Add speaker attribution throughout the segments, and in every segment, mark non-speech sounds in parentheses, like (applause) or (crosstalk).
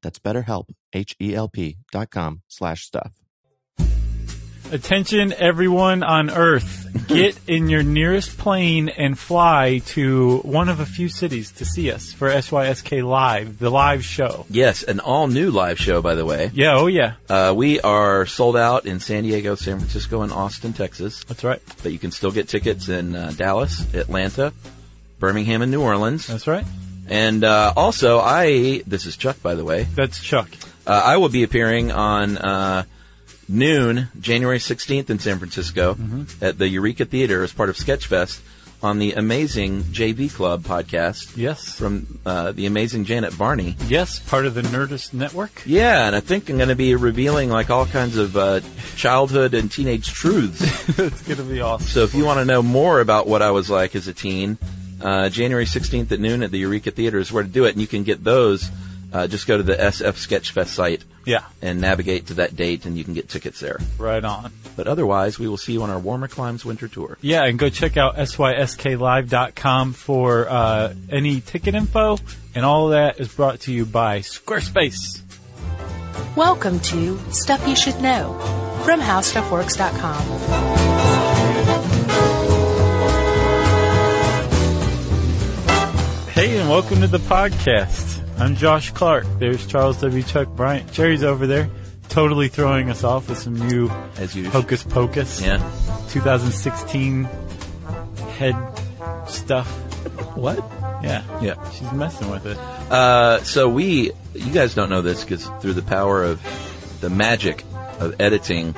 Speaker 1: That's betterhelp, H-E-L-P dot com slash stuff.
Speaker 2: Attention, everyone on Earth. Get in your nearest plane and fly to one of a few cities to see us for SYSK Live, the live show.
Speaker 3: Yes, an all new live show, by the way.
Speaker 2: Yeah, oh yeah.
Speaker 3: Uh, we are sold out in San Diego, San Francisco, and Austin, Texas.
Speaker 2: That's right.
Speaker 3: But you can still get tickets in uh, Dallas, Atlanta, Birmingham, and New Orleans.
Speaker 2: That's right.
Speaker 3: And uh, also, I this is Chuck, by the way.
Speaker 2: That's Chuck.
Speaker 3: Uh, I will be appearing on uh, noon, January 16th in San Francisco
Speaker 2: Mm-hmm.
Speaker 3: at the Eureka Theater as part of Sketchfest on the amazing JV Club podcast
Speaker 2: Yes.
Speaker 3: from uh, the amazing Janet Barney.
Speaker 2: Yes, part of the Nerdist Network. (laughs)
Speaker 3: Yeah, and I think I'm going to be revealing like all kinds of uh, childhood and teenage truths.
Speaker 2: (laughs) it's going to be awesome.
Speaker 3: So if you want to know more about what I was like as a teen, uh, January 16th at noon at the Eureka Theater is where to do it, and you can get those. Uh, just go to the SF Sketchfest site
Speaker 2: Yeah,
Speaker 3: and navigate to that date, and you can get tickets there.
Speaker 2: right on.
Speaker 3: But otherwise, we will see you on our Warmer Climbs winter tour.
Speaker 2: Yeah, and go check out sysklive.com for uh, any ticket info. And all of that is brought to you by Squarespace.
Speaker 4: Welcome to Stuff You Should Know from HowStuffWorks.com.
Speaker 2: Hey, and welcome to the podcast. I'm Josh Clark. There's Charles W. Chuck Bryant. Jerry's over there, totally throwing us off with some new
Speaker 3: As usual.
Speaker 2: Hocus Pocus.
Speaker 3: Yeah.
Speaker 2: 2016 head stuff.
Speaker 3: What?
Speaker 2: Yeah.
Speaker 3: Yeah.
Speaker 2: She's messing with it.
Speaker 3: Uh, so we, you guys don't know this because through the power of the magic of editing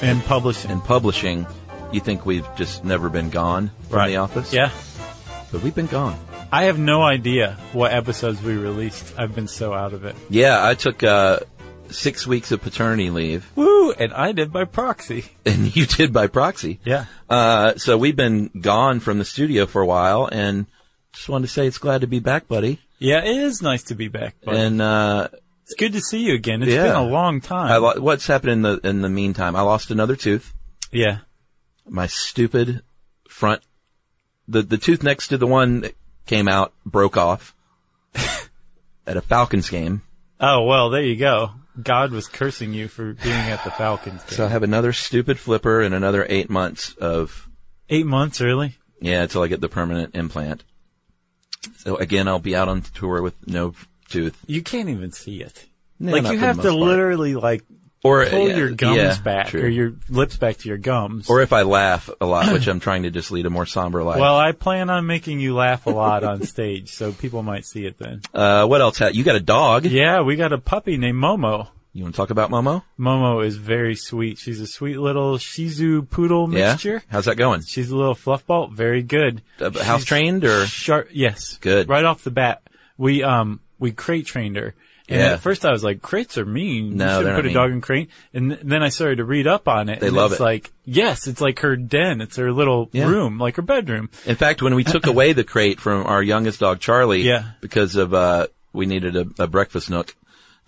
Speaker 2: And publishing.
Speaker 3: and publishing, you think we've just never been gone from the office.
Speaker 2: Yeah.
Speaker 3: But we've been gone.
Speaker 2: I have no idea what episodes we released. I've been so out of it.
Speaker 3: Yeah, I took uh, six weeks of paternity leave, (laughs)
Speaker 2: Woo! And I did by proxy.
Speaker 3: and you did by proxy.
Speaker 2: Yeah.
Speaker 3: Uh, so we've been gone from the studio for a while, and just wanted to say it's glad to be back, buddy.
Speaker 2: Yeah, it is nice to be back. Buddy.
Speaker 3: And uh,
Speaker 2: it's good to see you again. It's
Speaker 3: Yeah.
Speaker 2: been a long time.
Speaker 3: I lo- what's happened in the in the meantime? I lost another tooth.
Speaker 2: yeah.
Speaker 3: My stupid front, the the tooth next to the one that came out broke off (laughs) at a Falcons game.
Speaker 2: Oh well, there you go. God was cursing you for being at the Falcons. Game.
Speaker 3: So I have another stupid flipper and another eight months of
Speaker 2: Eight months early.
Speaker 3: Yeah, until I get the permanent implant. So again, I'll be out on tour with no tooth.
Speaker 2: You can't even see it.
Speaker 3: No,
Speaker 2: like
Speaker 3: not
Speaker 2: you
Speaker 3: for the
Speaker 2: have
Speaker 3: most
Speaker 2: to
Speaker 3: part.
Speaker 2: literally like
Speaker 3: Or
Speaker 2: pull
Speaker 3: yeah,
Speaker 2: your gums
Speaker 3: yeah,
Speaker 2: back
Speaker 3: true.
Speaker 2: or your lips back to your gums.
Speaker 3: Or if I laugh a lot, which I'm trying to just lead a more somber life.
Speaker 2: well, I plan on making you laugh a lot on (laughs) stage, so people might see it then.
Speaker 3: uh, what else? Ha- you got a dog?
Speaker 2: Yeah, we got a puppy named Momo.
Speaker 3: You want to talk about Momo?
Speaker 2: Momo is very sweet. She's a sweet little Shizu poodle mixture.
Speaker 3: Yeah. How's that going?
Speaker 2: She's a little fluffball, very good.
Speaker 3: Uh, house
Speaker 2: She's
Speaker 3: trained or?
Speaker 2: Sharp, yes.
Speaker 3: Good.
Speaker 2: Right off the bat, we um we crate trained her. And
Speaker 3: Yeah.
Speaker 2: at first I was like, crates are mean.
Speaker 3: No,
Speaker 2: you
Speaker 3: they're
Speaker 2: should put a
Speaker 3: not
Speaker 2: dog in crate. And th- then I started to read up on it.
Speaker 3: They
Speaker 2: and
Speaker 3: love
Speaker 2: it's
Speaker 3: it.
Speaker 2: like, yes, it's like her den. It's her little
Speaker 3: Yeah.
Speaker 2: room, like her bedroom.
Speaker 3: In fact, when
Speaker 2: (laughs)
Speaker 3: we took away the crate from our youngest dog, Charlie,
Speaker 2: Yeah.
Speaker 3: because of, uh, we needed a, a breakfast nook,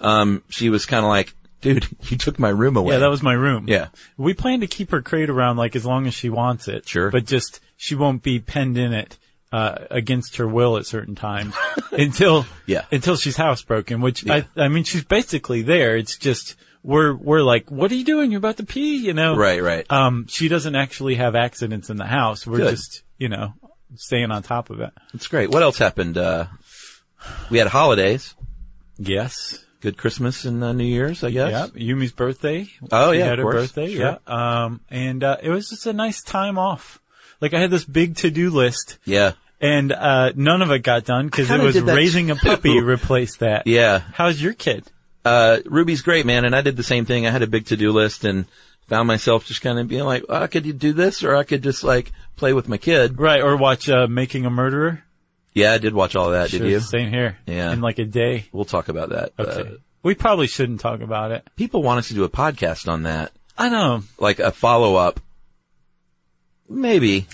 Speaker 3: um, she was kind of like, dude, (laughs) you took my room away.
Speaker 2: Yeah, that was my room.
Speaker 3: Yeah.
Speaker 2: We plan to keep her crate around like as long as she wants it.
Speaker 3: Sure.
Speaker 2: But just she won't be penned in it uh, against her will at certain times (laughs) until
Speaker 3: Yeah.
Speaker 2: until she's housebroken. Which I I mean she's basically there. It's just we're we're like, what are you doing? You're about to pee. You know.
Speaker 3: Right, right.
Speaker 2: Um, she doesn't actually have accidents in the house. We're
Speaker 3: Good.
Speaker 2: just you know staying on top of it.
Speaker 3: It's great. What else happened? Uh, we had holidays.
Speaker 2: Yes.
Speaker 3: good Christmas and uh, New Year's, I guess.
Speaker 2: Yep. Yumi's birthday.
Speaker 3: Oh,
Speaker 2: She
Speaker 3: yeah,
Speaker 2: had her
Speaker 3: of course.
Speaker 2: birthday. Yeah.
Speaker 3: Sure.
Speaker 2: Um, and uh, it was just a nice time off. Like I had this big to do list,
Speaker 3: Yeah.
Speaker 2: and uh, none of it got done because
Speaker 3: I
Speaker 2: it
Speaker 3: kinda
Speaker 2: was
Speaker 3: did that
Speaker 2: raising a
Speaker 3: too.
Speaker 2: puppy replaced that.
Speaker 3: Yeah.
Speaker 2: How's your kid?
Speaker 3: Uh, Ruby's great, man. And I did the same thing. I had a big to-do list and found myself just kind of being like, oh, I could do this or I could just like play with my kid.
Speaker 2: Right. Or watch uh, Making a Murderer.
Speaker 3: Yeah, I did watch all of that.
Speaker 2: Sure,
Speaker 3: Did you?
Speaker 2: Same here.
Speaker 3: Yeah.
Speaker 2: In like a day.
Speaker 3: We'll talk about that.
Speaker 2: Okay.
Speaker 3: Uh,
Speaker 2: we probably shouldn't talk about it.
Speaker 3: people want us to do a podcast on that,
Speaker 2: I know.
Speaker 3: like a follow-up. Maybe.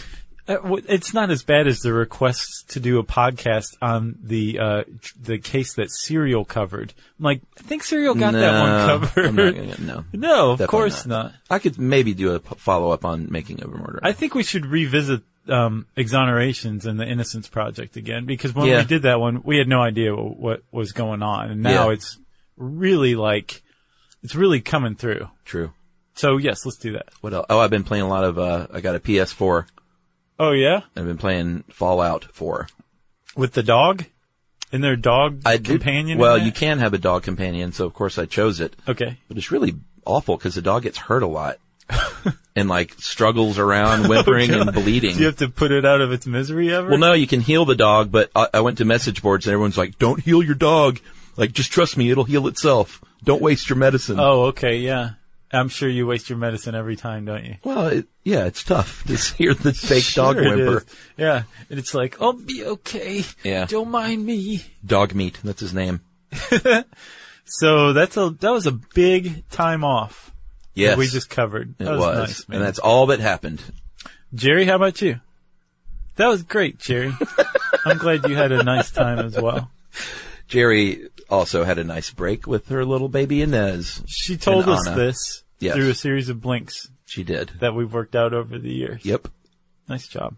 Speaker 2: Uh, w- It's not as bad as the requests to do a podcast on the uh, tr- the case that Serial covered. I'm like, I think Serial got that
Speaker 3: No,
Speaker 2: one covered.
Speaker 3: I'm not gonna- no.
Speaker 2: (laughs) no, of
Speaker 3: Definitely
Speaker 2: course not.
Speaker 3: I could maybe do a p- follow-up on Making of a Murder.
Speaker 2: I think we should revisit um, exonerations and the Innocence Project again because when
Speaker 3: Yeah.
Speaker 2: we did that one, we had no idea w- what was going on, and now
Speaker 3: Yeah.
Speaker 2: it's really like it's really coming through.
Speaker 3: True.
Speaker 2: So yes, let's do that.
Speaker 3: What else? Oh, I've been playing a lot of, uh, I got a PS4.
Speaker 2: Oh yeah,
Speaker 3: I've been playing Fallout 4.
Speaker 2: with the dog and their dog
Speaker 3: I do-
Speaker 2: companion. in
Speaker 3: well,
Speaker 2: that?
Speaker 3: you can have a dog companion, so of course I chose it.
Speaker 2: Okay.
Speaker 3: But it's really awful because the dog gets hurt
Speaker 2: (laughs)
Speaker 3: a lot and like struggles
Speaker 2: Oh,
Speaker 3: around whimpering and bleeding.
Speaker 2: Do you have to put it out of its misery ever?
Speaker 3: well, no, you can heal the dog, but I, I went to message boards and everyone's like, "Don't heal your dog. Like, just trust me, it'll heal itself. Don't waste your medicine."
Speaker 2: Oh, okay, yeah. I'm sure you waste your medicine every time, don't you?
Speaker 3: Well, it, yeah, it's tough to (laughs) hear the fake dog
Speaker 2: Sure it
Speaker 3: whimper.
Speaker 2: is. Yeah, and it's like, I'll be okay.
Speaker 3: Yeah.
Speaker 2: Don't mind me.
Speaker 3: Dog meat. That's his name.
Speaker 2: So that's a that was a big time off. that
Speaker 3: Yes,
Speaker 2: we just covered.
Speaker 3: it
Speaker 2: that was,
Speaker 3: was,
Speaker 2: nice, man.
Speaker 3: and that's all that happened.
Speaker 2: Jerry, how about you? That was great, Jerry.
Speaker 3: (laughs)
Speaker 2: I'm glad you had a nice time as well.
Speaker 3: Jerry also had a nice break with her little baby Inez.
Speaker 2: She told
Speaker 3: And
Speaker 2: us
Speaker 3: Anna.
Speaker 2: this
Speaker 3: Yes.
Speaker 2: through a series of blinks
Speaker 3: She did.
Speaker 2: that we've worked out over the years.
Speaker 3: Yep.
Speaker 2: Nice job.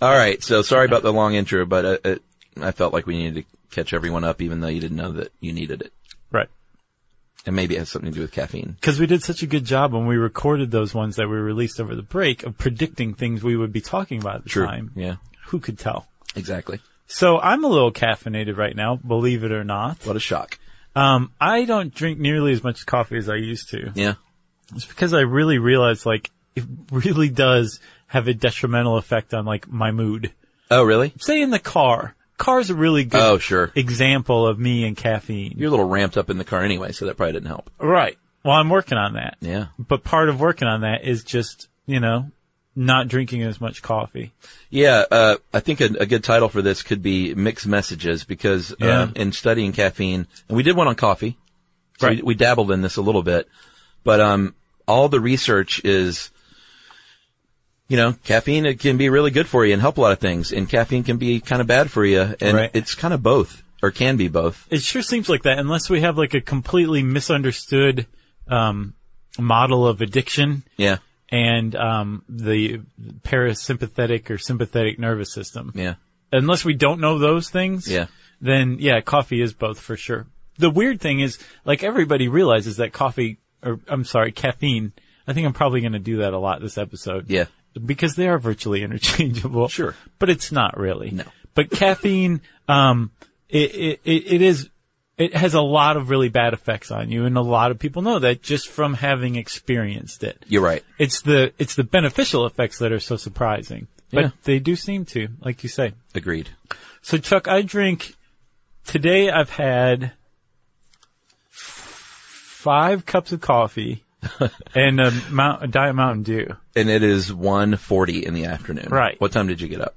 Speaker 3: All right. So sorry about the long intro, but uh, it, I felt like we needed to catch everyone up, even though you didn't know that you needed it.
Speaker 2: Right.
Speaker 3: And maybe it has something to do with caffeine.
Speaker 2: Because we did such a good job when we recorded those ones that we released over the break of predicting things we would be talking about at the time.
Speaker 3: Yeah.
Speaker 2: Who could tell?
Speaker 3: Exactly.
Speaker 2: So I'm a little caffeinated right now, believe it or not.
Speaker 3: What a shock.
Speaker 2: Um, I don't drink nearly as much coffee as I used to.
Speaker 3: Yeah.
Speaker 2: It's because I really realized like it really does have a detrimental effect on like my mood.
Speaker 3: Oh, really?
Speaker 2: Say in the car. Car's a really good
Speaker 3: Oh, sure.
Speaker 2: example of me and caffeine.
Speaker 3: You're a little ramped up in the car anyway, so that probably didn't help.
Speaker 2: right. Well, I'm working on that.
Speaker 3: Yeah.
Speaker 2: But part of working on that is just, you know, not drinking as much coffee.
Speaker 3: Yeah, uh, I think a, a good title for this could be mixed messages because
Speaker 2: Yeah.
Speaker 3: uh, in studying caffeine, and we did one on coffee, so we,
Speaker 2: Right.
Speaker 3: we dabbled in this a little bit, but um, all the research is, you know, caffeine it can be really good for you and help a lot of things, and caffeine can be kind of bad for you, and
Speaker 2: Right.
Speaker 3: it's kind of both or can be both.
Speaker 2: It sure seems like that unless we have like a completely misunderstood, um, model of addiction
Speaker 3: Yeah,
Speaker 2: and, um, the parasympathetic or sympathetic nervous system.
Speaker 3: yeah,
Speaker 2: Unless we don't know those things.
Speaker 3: Yeah.
Speaker 2: Then yeah, coffee is both for sure. The weird thing is like everybody realizes that coffee or I'm sorry, caffeine. I think I'm probably going to do that a lot this episode.
Speaker 3: yeah.
Speaker 2: because they are virtually (laughs) interchangeable.
Speaker 3: Sure.
Speaker 2: but it's not really.
Speaker 3: No.
Speaker 2: But (laughs) caffeine, um, it, it it it is it has a lot of really bad effects on you, and a lot of people know that just from having experienced it.
Speaker 3: You're right.
Speaker 2: It's the it's the beneficial effects that are so surprising, but
Speaker 3: Yeah.
Speaker 2: they do seem to, like you say.
Speaker 3: Agreed.
Speaker 2: So Chuck, I drink today. I've had f- five cups of (laughs) coffee and a, mount, a diet Mountain Dew.
Speaker 3: And it is 1.40 in the afternoon.
Speaker 2: Right.
Speaker 3: What time did you get up?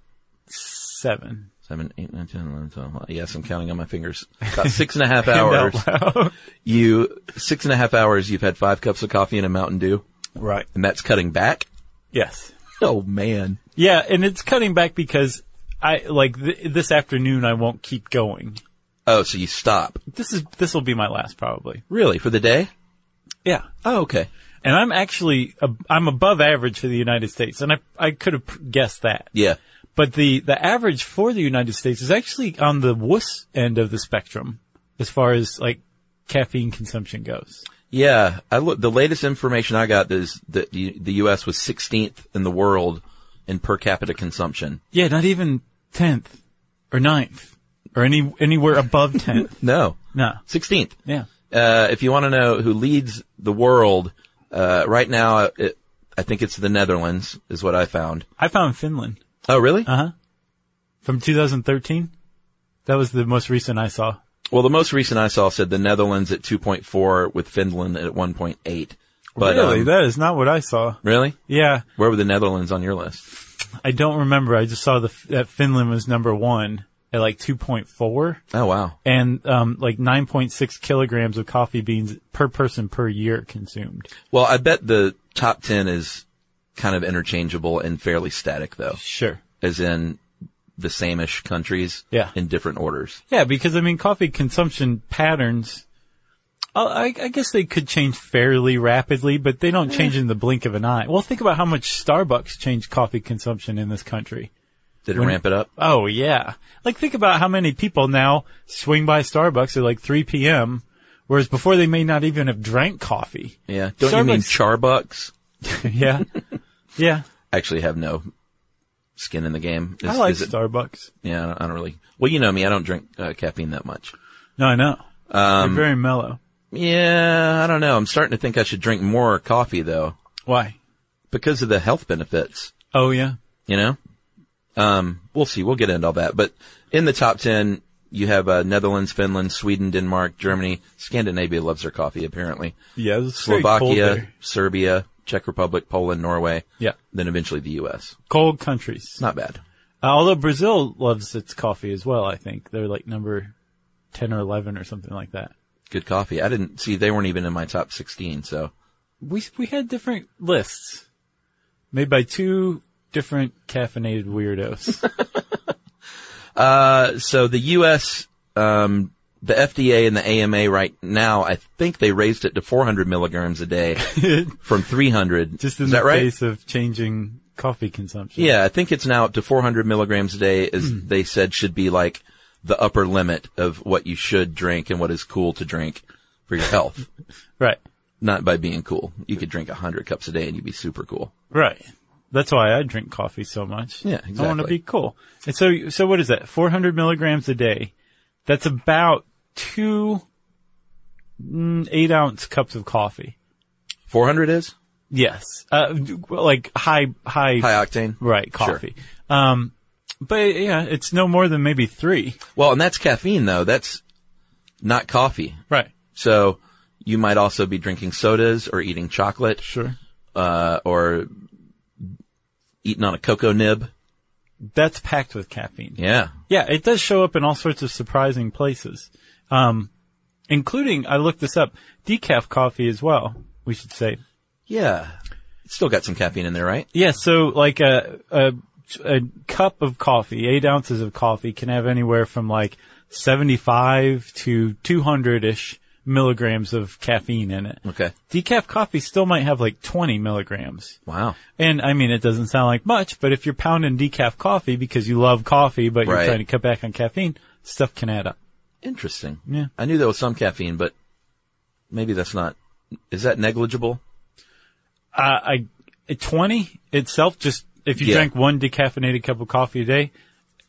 Speaker 2: Seven.
Speaker 3: Seven, eight, nine, ten, eleven, twelve. Well, Yes, I'm counting on my fingers. About six and a half
Speaker 2: And out
Speaker 3: hours.
Speaker 2: loud.
Speaker 3: You six and a half hours. You've had five cups of coffee and a Mountain Dew,
Speaker 2: (laughs) Right.
Speaker 3: and that's cutting back.
Speaker 2: Yes.
Speaker 3: Oh man.
Speaker 2: Yeah, and it's cutting back because I like th- this afternoon I won't keep going.
Speaker 3: Oh, so you stop
Speaker 2: This is this will be my last probably.
Speaker 3: really for the day?
Speaker 2: Yeah.
Speaker 3: Oh, okay.
Speaker 2: And I'm actually i I'm above average for the United States and I I could have p- guessed that.
Speaker 3: Yeah.
Speaker 2: But the the average for the United States is actually on the wuss end of the spectrum as far as like caffeine consumption goes.
Speaker 3: Yeah. I look. The latest information I got is that the, the U.S. was 16th in the world in per capita consumption.
Speaker 2: Yeah, not even 10th or 9th or any anywhere above (laughs) 10th.
Speaker 3: No,
Speaker 2: No.
Speaker 3: 16th.
Speaker 2: Yeah.
Speaker 3: uh, if you want to know who leads the world uh, right now, it, I think it's the Netherlands is what I found.
Speaker 2: I found Finland
Speaker 3: Oh, really?
Speaker 2: Uh-huh. from 2013. That was the most recent I saw.
Speaker 3: Well, the most recent I saw said the Netherlands at 2.4 with Finland at 1.8. But,
Speaker 2: really,
Speaker 3: um,
Speaker 2: that is not what I saw.
Speaker 3: really?
Speaker 2: Yeah,
Speaker 3: Where were the Netherlands on your list?
Speaker 2: I don't remember. I just saw the, that Finland was number one at like 2.4
Speaker 3: Oh, wow.
Speaker 2: and um, like 9.6 kilograms of coffee beans per person per year consumed.
Speaker 3: Well, I bet the top 10 is kind of interchangeable and fairly static though,
Speaker 2: Sure.
Speaker 3: as in the same-ish countries
Speaker 2: Yeah.
Speaker 3: in different orders.
Speaker 2: Yeah, because I mean, coffee consumption patterns. uh, I, I guess they could change fairly rapidly, but they don't change in the blink of an eye. Well, think about how much Starbucks changed coffee consumption in this country.
Speaker 3: Did it
Speaker 2: When-
Speaker 3: ramp it up?
Speaker 2: Oh yeah. Like think about how many people now swing by Starbucks at like 3 p.m. Whereas before they may not even have drank coffee. (laughs)
Speaker 3: Yeah. Don't you mean Charbucks?
Speaker 2: yeah. Yeah.
Speaker 3: Actually have no skin in the game. Is-
Speaker 2: I like
Speaker 3: is it-
Speaker 2: Starbucks.
Speaker 3: Yeah, I don't, I don't really. Well, you know me. I don't drink uh, caffeine that much.
Speaker 2: No, I know.
Speaker 3: Um,
Speaker 2: They're very mellow.
Speaker 3: Yeah, I don't know. I'm starting to think I should drink more coffee though,
Speaker 2: Why?
Speaker 3: because of the health benefits.
Speaker 2: Oh yeah.
Speaker 3: You know, um, we'll see. We'll get into all that. But in the top ten, you have uh, Netherlands, Finland, Sweden, Denmark, Germany, Scandinavia loves their coffee apparently.
Speaker 2: Yeah. It's very cold
Speaker 3: Slovakia,
Speaker 2: there.
Speaker 3: Serbia, Czech Republic, Poland, Norway,
Speaker 2: Yeah.
Speaker 3: then eventually the U.S.
Speaker 2: Cold countries.
Speaker 3: It's not bad.
Speaker 2: Uh, although Brazil loves its coffee as well, I think. They're like number 10 or 11 or something like that.
Speaker 3: Good coffee. I didn't see they weren't even in my top 16. So
Speaker 2: We, we had different lists made by two different caffeinated
Speaker 3: (laughs)
Speaker 2: weirdos.
Speaker 3: Uh, so the U.S., um, the FDA and the AMA right now, I think they raised it to 400 milligrams
Speaker 2: (laughs)
Speaker 3: a day from 300.
Speaker 2: Just in
Speaker 3: Is
Speaker 2: the
Speaker 3: that right?
Speaker 2: face of changing coffee consumption.
Speaker 3: Yeah, I think it's now up to 400 milligrams a day, as
Speaker 2: Hmm.
Speaker 3: they said should be like the upper limit of what you should drink and what is cool to drink for your health.
Speaker 2: Right.
Speaker 3: Not by being cool. You could drink 100 cups a day and you'd be super cool.
Speaker 2: Right. That's why I drink coffee so much.
Speaker 3: Yeah,
Speaker 2: I want to
Speaker 3: exactly.
Speaker 2: be cool. And so, so what is that? 400 milligrams a day. That's about two mm, eight ounce cups of coffee.
Speaker 3: 400 is?
Speaker 2: Yes. Uh, d- well, like high, high,
Speaker 3: High octane?
Speaker 2: right, coffee. Um, but yeah, it's no more than maybe three.
Speaker 3: Well, and that's caffeine though. That's not coffee.
Speaker 2: Right.
Speaker 3: So you might also be drinking sodas or eating chocolate,
Speaker 2: Sure.
Speaker 3: uh, or eating on a cocoa nib.
Speaker 2: That's packed with caffeine.
Speaker 3: Yeah.
Speaker 2: Yeah, it does show up in all sorts of surprising places. Um, including, I looked this up, decaf coffee as well, we should say.
Speaker 3: Yeah. It's still got some caffeine in there, right?
Speaker 2: Yeah, so like a, a, a cup of coffee, eight ounces of coffee can have anywhere from like 75 to 200-ish milligrams of caffeine in it.
Speaker 3: Okay.
Speaker 2: Decaf coffee still might have like 20 milligrams.
Speaker 3: Wow.
Speaker 2: And I mean, it doesn't sound like much, but if you're pounding decaf coffee because you love coffee, but you're
Speaker 3: Right.
Speaker 2: trying to cut back on caffeine, stuff can add up.
Speaker 3: Interesting.
Speaker 2: Yeah.
Speaker 3: I knew there was some caffeine, but maybe that's not, is that negligible?
Speaker 2: Uh, I, at 20 itself, just if you
Speaker 3: Yeah.
Speaker 2: drank one decaffeinated cup of coffee a day,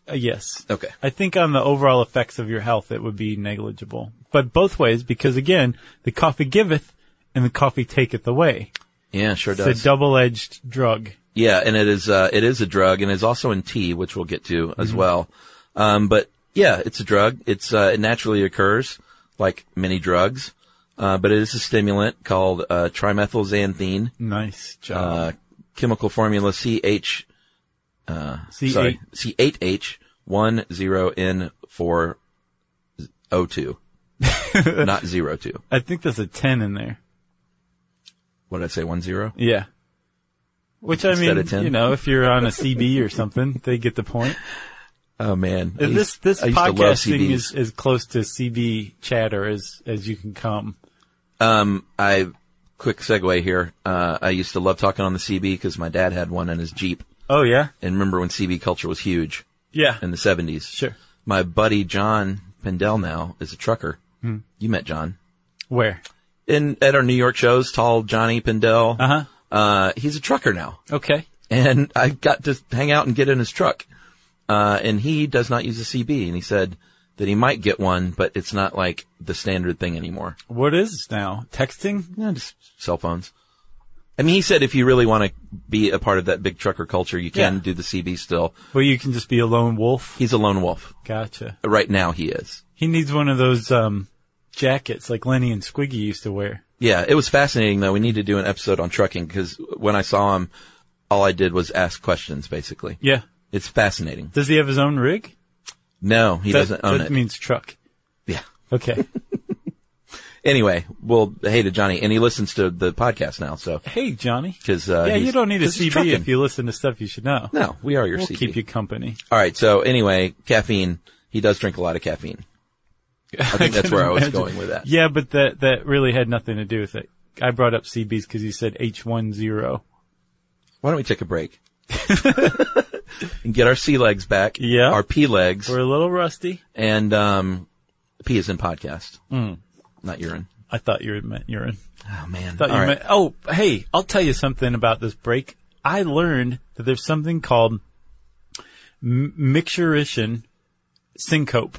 Speaker 2: uh, yes.
Speaker 3: Okay.
Speaker 2: I think on the overall effects of your health, it would be negligible. But both ways, because again, the coffee giveth and the coffee taketh away.
Speaker 3: Yeah, sure
Speaker 2: It's
Speaker 3: does.
Speaker 2: a double-edged drug.
Speaker 3: yeah. And it is, uh, it is a drug and it's also in tea, which we'll get to as
Speaker 2: Mm-hmm.
Speaker 3: well. Um, but yeah, it's a drug. It's, uh, it naturally occurs like many drugs. Uh, but it is a stimulant called, uh, trimethylxanthine,
Speaker 2: Nice job.
Speaker 3: uh, chemical formula CH
Speaker 2: See,
Speaker 3: Uh, Sorry, C8H10N402.
Speaker 2: (laughs)
Speaker 3: Not zero two.
Speaker 2: I think there's a 10 in there.
Speaker 3: What did I say? One zero?
Speaker 2: Yeah. Which I
Speaker 3: Instead
Speaker 2: mean,
Speaker 3: of 10?
Speaker 2: you know, if you're on a CB or something, they get the
Speaker 3: (laughs)
Speaker 2: point.
Speaker 3: Oh man. I
Speaker 2: And this
Speaker 3: used-
Speaker 2: this
Speaker 3: I used to love
Speaker 2: podcasting is
Speaker 3: CBs.
Speaker 2: as close to CB chatter as as you can come.
Speaker 3: Um, I quick segue here. Uh, I used to love talking on the CB because my dad had one in his Jeep.
Speaker 2: Oh yeah,
Speaker 3: And remember when CB culture was huge
Speaker 2: yeah,
Speaker 3: in the seventies?
Speaker 2: sure.
Speaker 3: My buddy John Pendel now is a trucker.
Speaker 2: Hmm.
Speaker 3: You met John
Speaker 2: Where?
Speaker 3: in at our New York shows. Tall Johnny Pendel.
Speaker 2: Uh huh.
Speaker 3: Uh, he's a trucker now.
Speaker 2: Okay.
Speaker 3: and I got to hang out and get in his truck. Uh, and he does not use a CB. And he said, that he might get one, but it's not like the standard thing anymore.
Speaker 2: What is now? Texting?
Speaker 3: Yeah, just cell phones. I mean, he said if you really want to be a part of that big trucker culture, you can
Speaker 2: Yeah.
Speaker 3: do the CB still.
Speaker 2: Well, you can just be a lone wolf.
Speaker 3: He's a lone wolf.
Speaker 2: Gotcha.
Speaker 3: Right now he is.
Speaker 2: He needs one of those um, jackets like Lenny and Squiggy used to wear.
Speaker 3: Yeah, it was fascinating though. We need to do an episode on trucking because when I saw him, all I did was ask questions basically.
Speaker 2: Yeah.
Speaker 3: It's fascinating.
Speaker 2: Does he have his own rig?
Speaker 3: No, he
Speaker 2: that,
Speaker 3: doesn't own
Speaker 2: that
Speaker 3: it.
Speaker 2: means truck.
Speaker 3: yeah.
Speaker 2: Okay.
Speaker 3: Anyway, well, hey to Johnny, and he listens to the podcast now. So,
Speaker 2: (laughs) hey, Johnny.
Speaker 3: 'Cause, uh,
Speaker 2: yeah, you
Speaker 3: he's-
Speaker 2: don't need a
Speaker 3: 'cause he's
Speaker 2: CB if
Speaker 3: trucking.
Speaker 2: you listen to stuff you should know.
Speaker 3: no, we are your
Speaker 2: we'll
Speaker 3: CB.
Speaker 2: keep you company.
Speaker 3: All right. So anyway, caffeine. He does drink a lot of caffeine.
Speaker 2: (laughs)
Speaker 3: I think that's
Speaker 2: can
Speaker 3: where I was
Speaker 2: imagine.
Speaker 3: going with that.
Speaker 2: Yeah, but that that really had nothing to do with it. I brought up CBs because you said H10.
Speaker 3: Why don't we take a break (laughs) and get our C legs back?
Speaker 2: Yeah.
Speaker 3: Our P legs
Speaker 2: We're a little rusty.
Speaker 3: and, um, P is in podcast, not urine.
Speaker 2: I thought you meant urine.
Speaker 3: Oh man.
Speaker 2: Thought you
Speaker 3: All right.
Speaker 2: meant. Oh, hey, I'll tell you something about this break. I learned that there's something called m- mixturition syncope.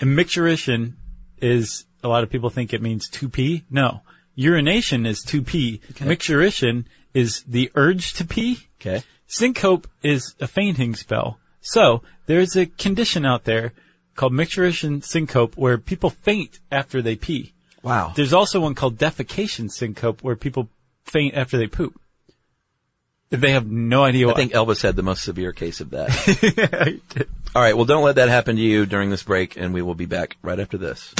Speaker 2: And mixturition is a lot of people think it means 2p. No. Urination is 2p. Mixturition is the urge to pee.
Speaker 3: Okay.
Speaker 2: Syncope is a fainting spell. So there's a condition out there called micturition syncope where people faint after they pee.
Speaker 3: Wow.
Speaker 2: There's also one called defecation syncope where people faint after they poop. They have no idea
Speaker 3: I
Speaker 2: what
Speaker 3: think Elvis had the most severe case of that. (laughs)
Speaker 2: (laughs)
Speaker 3: All right. Well, don't let that happen to you during this break and we will be back right after this.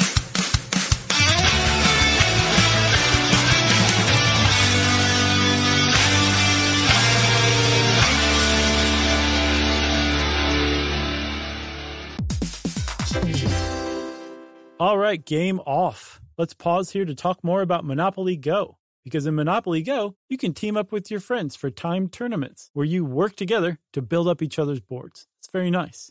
Speaker 5: All right, game off. Let's pause here to talk more about Monopoly Go. Because in Monopoly Go, you can team up with your friends for timed tournaments where you work together to build up each other's boards. It's very nice.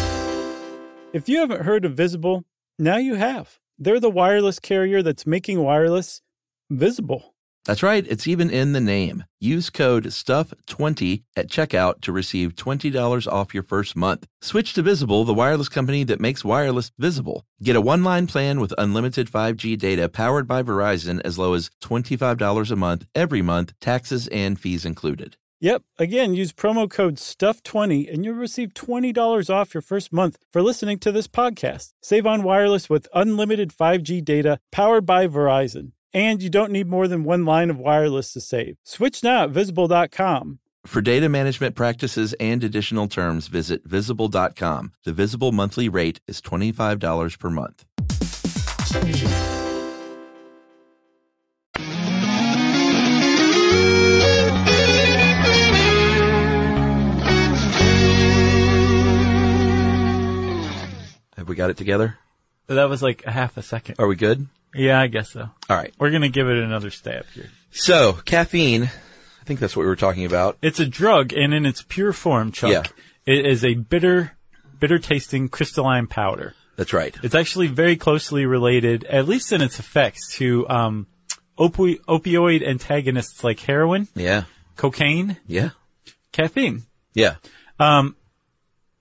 Speaker 5: If you haven't heard of Visible, now you have. They're the wireless carrier that's making wireless visible.
Speaker 3: That's right, it's even in the name. Use code STUFF20 at checkout to receive $20 off your first month. Switch to Visible, the wireless company that makes wireless visible. Get a one line plan with unlimited 5G data powered by Verizon as low as $25 a month every month, taxes and fees included.
Speaker 5: Yep, again, use promo code STUFF20 and you'll receive $20 off your first month for listening to this podcast. Save on wireless with unlimited 5G data powered by Verizon. And you don't need more than one line of wireless to save. Switch now at visible.com.
Speaker 3: For data management practices and additional terms, visit visible.com. The visible monthly rate is $25 per month. Have we got it together?
Speaker 2: that was like a half a second.
Speaker 3: Are we good?
Speaker 2: Yeah, I guess so.
Speaker 3: All right.
Speaker 2: We're gonna give it another stab here.
Speaker 3: So, caffeine, I think that's what we were talking about.
Speaker 2: It's a drug, and in its pure form, Chuck,
Speaker 3: Yeah.
Speaker 2: it is a bitter, bitter tasting crystalline powder.
Speaker 3: That's right.
Speaker 2: It's actually very closely related, at least in its effects, to um, opi- opioid antagonists like heroin,
Speaker 3: Yeah.
Speaker 2: cocaine,
Speaker 3: Yeah.
Speaker 2: caffeine.
Speaker 3: Yeah.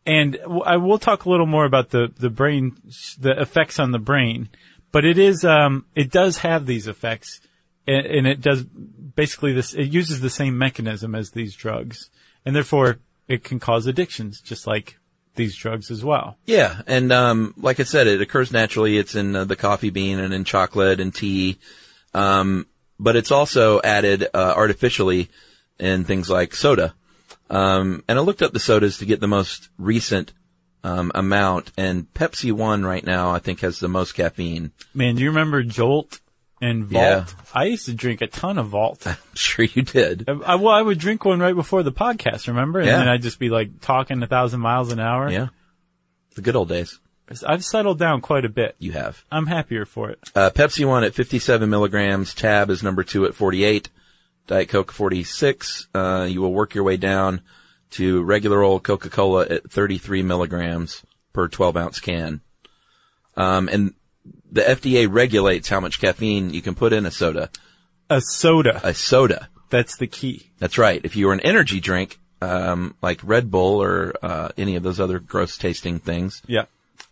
Speaker 2: And w- I will talk a little more about the the brain, the effects on the brain, but it is um, it does have these effects, and, and it does basically this. It uses the same mechanism as these drugs, and therefore it can cause addictions, just like these drugs as well.
Speaker 3: Yeah, and um, like I said, it occurs naturally. It's in uh, the coffee bean and in chocolate and tea, um, but it's also added uh, artificially in things like soda. Um, and I looked up the sodas to get the most recent um, amount. And Pepsi One right now, I think, has the most caffeine. (laughs)
Speaker 2: Man, do you remember Jolt and Vault?
Speaker 3: Yeah.
Speaker 2: I used to drink a ton of Vault. I,
Speaker 3: I'm sure you did.
Speaker 2: I- well, I would drink one right before the podcast, remember? And
Speaker 3: Yeah.
Speaker 2: then I'd just be like talking a thousand miles an hour.
Speaker 3: Yeah. The good old days
Speaker 2: I've settled down quite a bit.
Speaker 3: you have.
Speaker 2: I'm happier for it.
Speaker 3: Uh, Pepsi One at 57 milligrams. Tab is number two at 48. Diet Coke 46. Uh, you will work your way down to regular old Coca-Cola at 33 milligrams per 12 ounce can. Um, and the FDA regulates how much caffeine you can put in a soda.
Speaker 2: A soda.
Speaker 3: A soda.
Speaker 2: That's the key.
Speaker 3: That's right. If you were an energy drink, um, like Red Bull or, uh, any of those other gross tasting things,
Speaker 2: Yeah.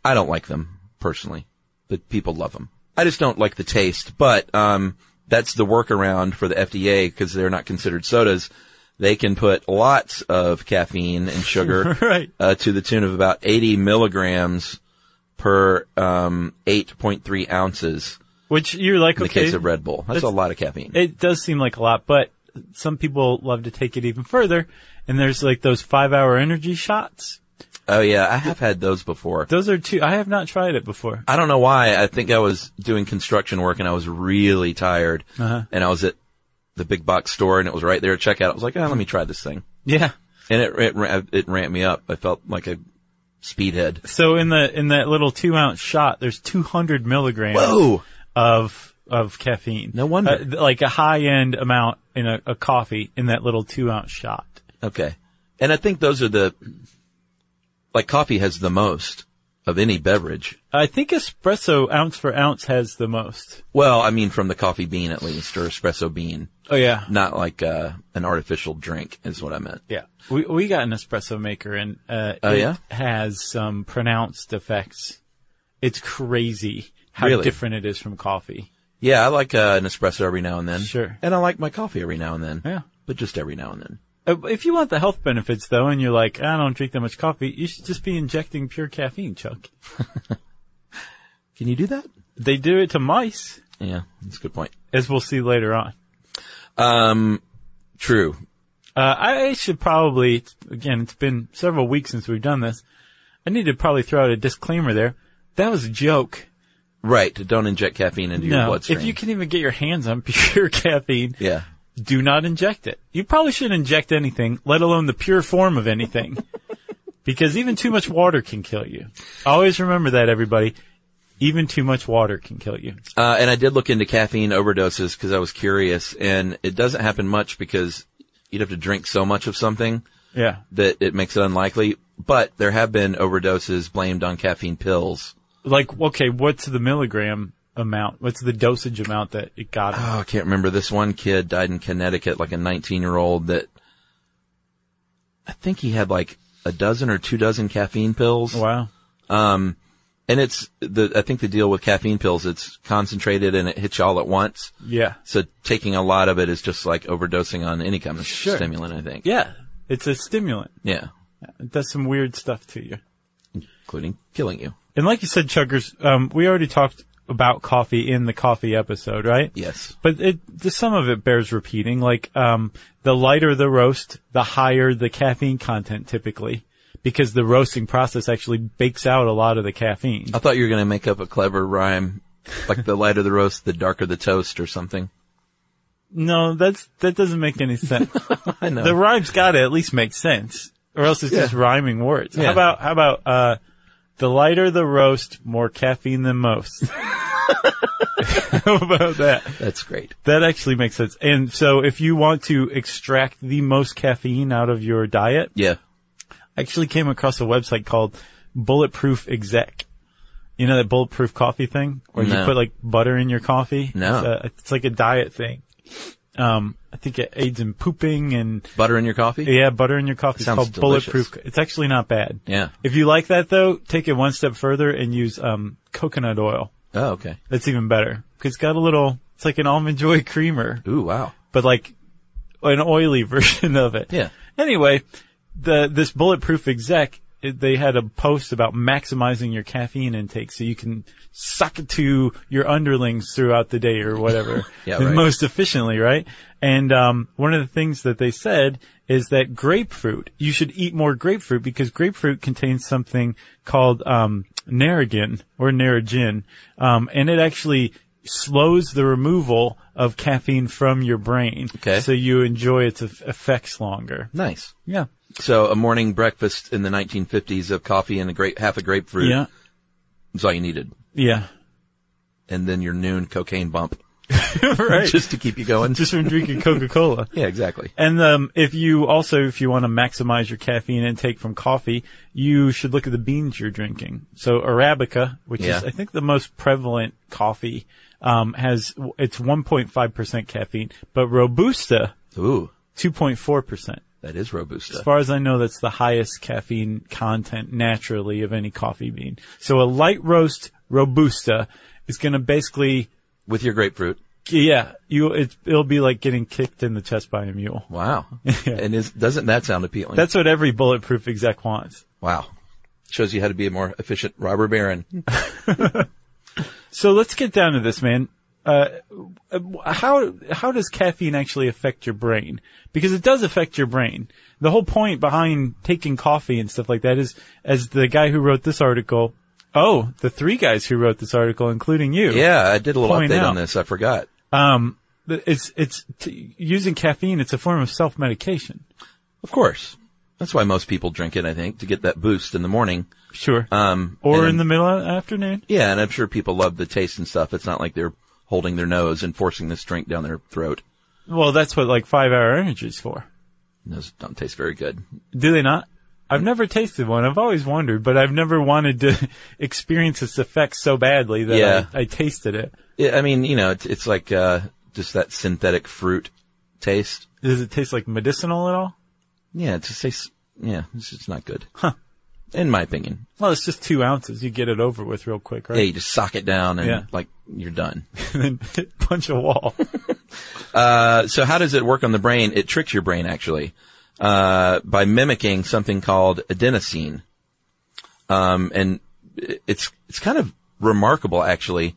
Speaker 3: I don't like them personally, but people love them. I just don't like the taste, but, um, that's the workaround for the FDA because they're not considered sodas. They can put lots of caffeine and sugar,
Speaker 2: (laughs) (laughs) Right.
Speaker 3: uh, to the tune of about 80 milligrams per, um, 8.3 ounces
Speaker 2: Which you're like,
Speaker 3: in
Speaker 2: okay.
Speaker 3: the case of Red Bull. That's, a
Speaker 2: That's-
Speaker 3: lot of caffeine.
Speaker 2: It does seem like a lot, but some people love to take it even further. And there's like those five hour energy shots.
Speaker 3: oh yeah. I have had those before.
Speaker 2: Those are two. I have not tried it before.
Speaker 3: I don't know why. I think I was doing construction work and I was really tired. And I was at the big box store and it was right there at checkout. I was like, oh, let me try this thing.
Speaker 2: Yeah.
Speaker 3: And it, it, ra- it ramped me up. I felt like a speedhead.
Speaker 2: So in the, in that little two ounce shot, there's 200 milligrams
Speaker 3: Whoa.
Speaker 2: of, of caffeine.
Speaker 3: No wonder.
Speaker 2: Uh, th- like a high end amount in a, a coffee in that little two ounce shot.
Speaker 3: Okay. And I think those are the, like coffee has the most of any beverage.
Speaker 2: I think espresso ounce for ounce has the most.
Speaker 3: Well, I mean, from the coffee bean at least or espresso bean,
Speaker 2: Oh yeah.
Speaker 3: not like, uh, an artificial drink is what I meant.
Speaker 2: Yeah. We, we got an espresso maker and, uh,
Speaker 3: Oh,
Speaker 2: it
Speaker 3: yeah?
Speaker 2: has some pronounced effects. It's crazy how
Speaker 3: Really?
Speaker 2: different it is from coffee.
Speaker 3: Yeah. I like uh, an espresso every now and then.
Speaker 2: Sure.
Speaker 3: And I like my coffee every now and then.
Speaker 2: Yeah.
Speaker 3: But just every now and then.
Speaker 2: Uh, If you want the health benefits though, and you're like, I don't drink that much coffee, you should just be injecting pure caffeine, (laughs) Chuck.
Speaker 3: Can you do that?
Speaker 2: They do it to mice,
Speaker 3: Yeah, that's a good point.
Speaker 2: as we'll see later on.
Speaker 3: Um, true.
Speaker 2: Uh, I should probably, again, it's been several weeks since we've done this. I need to probably throw out a disclaimer there. That was a joke.
Speaker 3: Right. Don't inject caffeine into your
Speaker 2: no,
Speaker 3: bloodstream.
Speaker 2: if you can even get your hands on (laughs) pure caffeine,
Speaker 3: Yeah.
Speaker 2: do not inject it. You probably shouldn't inject anything, let alone the pure form of anything. (laughs) because even too much water can kill you. Always remember that, everybody. Even too much water can kill you.
Speaker 3: Uh, and I did look into caffeine overdoses because I was curious and it doesn't happen much because you'd have to drink so much of something
Speaker 2: Yeah.
Speaker 3: that it makes it unlikely. But there have been overdoses blamed on caffeine pills.
Speaker 2: Like, okay, what's the milligram amount? What's the dosage amount that it got?
Speaker 3: (sighs) Oh, I can't remember. This one kid died in Connecticut, like a 19 year old that I think he had like a dozen or two dozen caffeine pills.
Speaker 2: wow.
Speaker 3: Um, and it's the, I think the deal with caffeine pills, it's concentrated and it hits you all at once.
Speaker 2: Yeah.
Speaker 3: So taking a lot of it is just like overdosing on any kind of stimulant, I think.
Speaker 2: Yeah. It's a stimulant.
Speaker 3: Yeah.
Speaker 2: It does some weird stuff to you.
Speaker 3: Including killing you.
Speaker 2: And like you said, Chuggers, um, we already talked about coffee in the coffee episode, right?
Speaker 3: Yes.
Speaker 2: But it, the, some of it bears repeating. Like, um, the lighter the roast, the higher the caffeine content typically, because the roasting process actually bakes out a lot of the caffeine.
Speaker 3: I thought you were going to make up a clever rhyme, like the lighter the roast, the darker the toast or something.
Speaker 2: No, that's, that doesn't make any sense.
Speaker 3: (laughs) I know.
Speaker 2: the rhyme's gotta at least make sense, or else it's just rhyming words.
Speaker 3: Yeah.
Speaker 2: How about, how about, uh, the lighter the roast, more caffeine than
Speaker 3: (laughs)
Speaker 2: most. (laughs) how about that?
Speaker 3: That's great.
Speaker 2: That actually makes sense. And so if you want to extract the most caffeine out of your diet,
Speaker 3: Yeah.
Speaker 2: I actually came across a website called Bulletproof Exec. You know that bulletproof coffee thing where
Speaker 3: No.
Speaker 2: you put like butter in your coffee?
Speaker 3: No.
Speaker 2: It's, a- it's like a diet thing. Um, I think it aids in pooping and
Speaker 3: Butter in your coffee?
Speaker 2: yeah, butter in your coffee. It's
Speaker 3: Sounds
Speaker 2: called
Speaker 3: delicious.
Speaker 2: bulletproof. It's actually not bad.
Speaker 3: Yeah.
Speaker 2: If you like that though, take it one step further and use, um, coconut oil.
Speaker 3: Oh, okay.
Speaker 2: That's even better. Cause it's got a little, it's like an almond joy creamer
Speaker 3: Ooh, wow.
Speaker 2: but like an oily (laughs) version of it.
Speaker 3: Yeah.
Speaker 2: Anyway, the this bulletproof exec it- they had a post about maximizing your caffeine intake so you can suck it to your underlings throughout the day or whatever
Speaker 3: (laughs) Yeah,
Speaker 2: the
Speaker 3: right.
Speaker 2: most efficiently, right? And um, one of the things that they said is that grapefruit, you should eat more grapefruit because grapefruit contains something called um, narragin or narragin, um, and it actually slows the removal of caffeine from your brain.
Speaker 3: Okay.
Speaker 2: So you enjoy its eff- effects longer.
Speaker 3: Nice.
Speaker 2: Yeah.
Speaker 3: So a morning breakfast in the 1950s of coffee and a grape, half a grapefruit
Speaker 2: Yeah.
Speaker 3: is all you needed.
Speaker 2: Yeah.
Speaker 3: And then your noon cocaine bump
Speaker 2: (laughs) right.
Speaker 3: just to keep you going.
Speaker 2: just from drinking Coca Cola.
Speaker 3: yeah, exactly.
Speaker 2: And um, if you also, if you want to maximize your caffeine intake from coffee, you should look at the beans you're drinking. So Arabica, which
Speaker 3: Yeah.
Speaker 2: is I think the most prevalent coffee, um, has it's 1.5% caffeine, but Robusta
Speaker 3: Ooh,
Speaker 2: 2.4%.
Speaker 3: that is Robusta.
Speaker 2: As far as I know, that's the highest caffeine content naturally of any coffee bean. So a light roast Robusta is going to basically,
Speaker 3: With your grapefruit.
Speaker 2: yeah, you it, it'll be like getting kicked in the chest by a mule. (laughs)
Speaker 3: Wow. And is, doesn't that sound appealing?
Speaker 2: That's what every bulletproof exec wants.
Speaker 3: wow. Shows you how to be a more efficient robber baron.
Speaker 2: So let's get down to this, man. Uh, how how does caffeine actually affect your brain? Because it does affect your brain. The whole point behind taking coffee and stuff like that is, as the guy who wrote this article, oh, the three guys who wrote this article, including you,
Speaker 3: Yeah, I did a little
Speaker 2: Point
Speaker 3: update
Speaker 2: out.
Speaker 3: on this. I forgot.
Speaker 2: um, th- it's it's t- using caffeine. It's a form of self medication.
Speaker 3: Of course. That's why most people drink it, I think, to get that boost in the morning.
Speaker 2: Sure.
Speaker 3: Um,
Speaker 2: or
Speaker 3: and-
Speaker 2: in the middle of the afternoon.
Speaker 3: Yeah, and I'm sure people love the taste and stuff. It's not like they're holding their nose and forcing this drink down their throat.
Speaker 2: Well, that's what like five hour energy is for.
Speaker 3: And Those don't taste very good.
Speaker 2: Do they not? I've never tasted one. I've always wondered, but I've never wanted to (laughs) experience its effects so badly that
Speaker 3: Yeah.
Speaker 2: I, I tasted it.
Speaker 3: Yeah, I mean, you know, it's, it's like uh, just that synthetic fruit taste.
Speaker 2: Does it taste like medicinal at all?
Speaker 3: Yeah, it just tastes. Yeah, it's just not good. Huh. In my opinion,
Speaker 2: Well, it's just two ounces. You get it over with real quick,
Speaker 3: yeah,
Speaker 2: right?
Speaker 3: you just sock it down and
Speaker 2: Yeah.
Speaker 3: like you're done.
Speaker 2: (laughs) and then (laughs) punch a wall.
Speaker 3: Uh, so how does it work on the brain? It tricks your brain actually uh, by mimicking something called adenosine, um, and it- it's it's kind of remarkable actually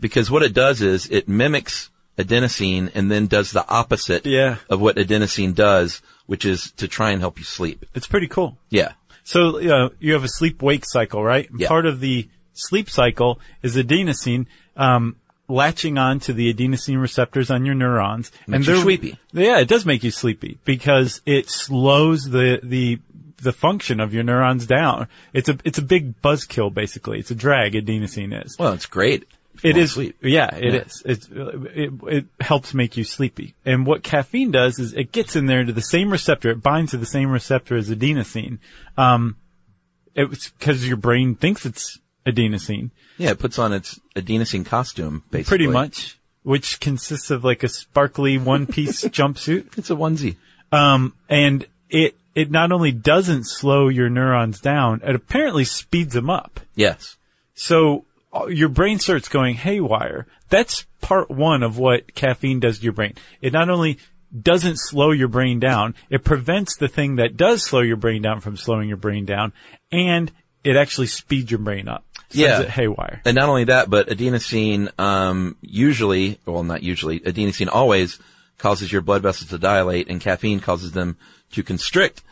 Speaker 3: because what it does is it mimics adenosine and then does the opposite
Speaker 2: Yeah.
Speaker 3: of what adenosine does, which is to try and help you sleep.
Speaker 2: it's pretty cool.
Speaker 3: Yeah,
Speaker 2: So you, know, you have a sleep-wake cycle, right?
Speaker 3: Yeah.
Speaker 2: Part of the sleep cycle is adenosine um, latching on to the adenosine receptors on your neurons,
Speaker 3: Makes you
Speaker 2: they're-
Speaker 3: sleepy.
Speaker 2: Yeah, it does make you sleepy because it slows the the the function of your neurons down. It's a it's a big buzzkill basically. It's a drag adenosine is.
Speaker 3: well, it's great. if you
Speaker 2: It
Speaker 3: wanna
Speaker 2: is,
Speaker 3: sleep.
Speaker 2: yeah, it
Speaker 3: Yeah.
Speaker 2: is. It's, uh, it, it helps make you sleepy. And what caffeine does is it gets in there to the same receptor, it binds to the same receptor as adenosine. Um, it's because your brain thinks it's adenosine,
Speaker 3: Yeah, it puts on its adenosine costume basically.
Speaker 2: pretty much, which consists of like a sparkly one
Speaker 3: (laughs)
Speaker 2: piece jumpsuit.
Speaker 3: It's a onesie.
Speaker 2: Um, and it, it not only doesn't slow your neurons down, it apparently speeds them up.
Speaker 3: Yes.
Speaker 2: So uh, your brain starts going haywire. That's part one of what caffeine does to your brain. It not only doesn't slow your brain down, it prevents the thing that does slow your brain down from slowing your brain down, and it actually speeds your brain up. Sends
Speaker 3: Yeah.
Speaker 2: it haywire.
Speaker 3: And not only that, but adenosine um, usually, well, not usually, adenosine always causes your blood vessels to dilate, and caffeine causes them to constrict,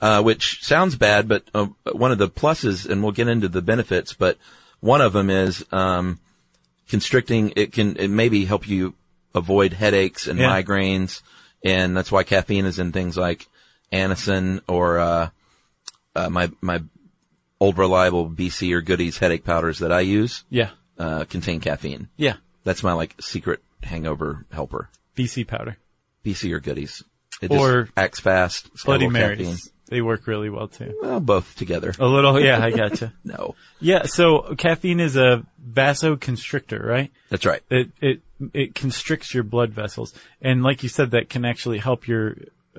Speaker 3: uh, which sounds bad, but uh, one of the pluses, and we'll get into the benefits, but one of them is um, constricting. It can it maybe help you avoid headaches and
Speaker 2: Yeah.
Speaker 3: migraines, and that's why caffeine is in things like Anacin or uh, uh, my my old reliable BC or Goodies headache powders that I use
Speaker 2: Yeah.
Speaker 3: uh, contain caffeine.
Speaker 2: Yeah.
Speaker 3: That's my like secret hangover helper.
Speaker 2: BC powder.
Speaker 3: BC or Goodies. It
Speaker 2: Or
Speaker 3: just acts fast. It's got a
Speaker 2: Bloody
Speaker 3: little
Speaker 2: Marys. Oh.
Speaker 3: caffeine.
Speaker 2: They work really well too.
Speaker 3: Well, both together.
Speaker 2: A little, yeah, I
Speaker 3: (laughs)
Speaker 2: gotcha.
Speaker 3: No,
Speaker 2: Yeah, so caffeine is a vasoconstrictor, right?
Speaker 3: that's right.
Speaker 2: it it it constricts your blood vessels, and like you said, that can actually help your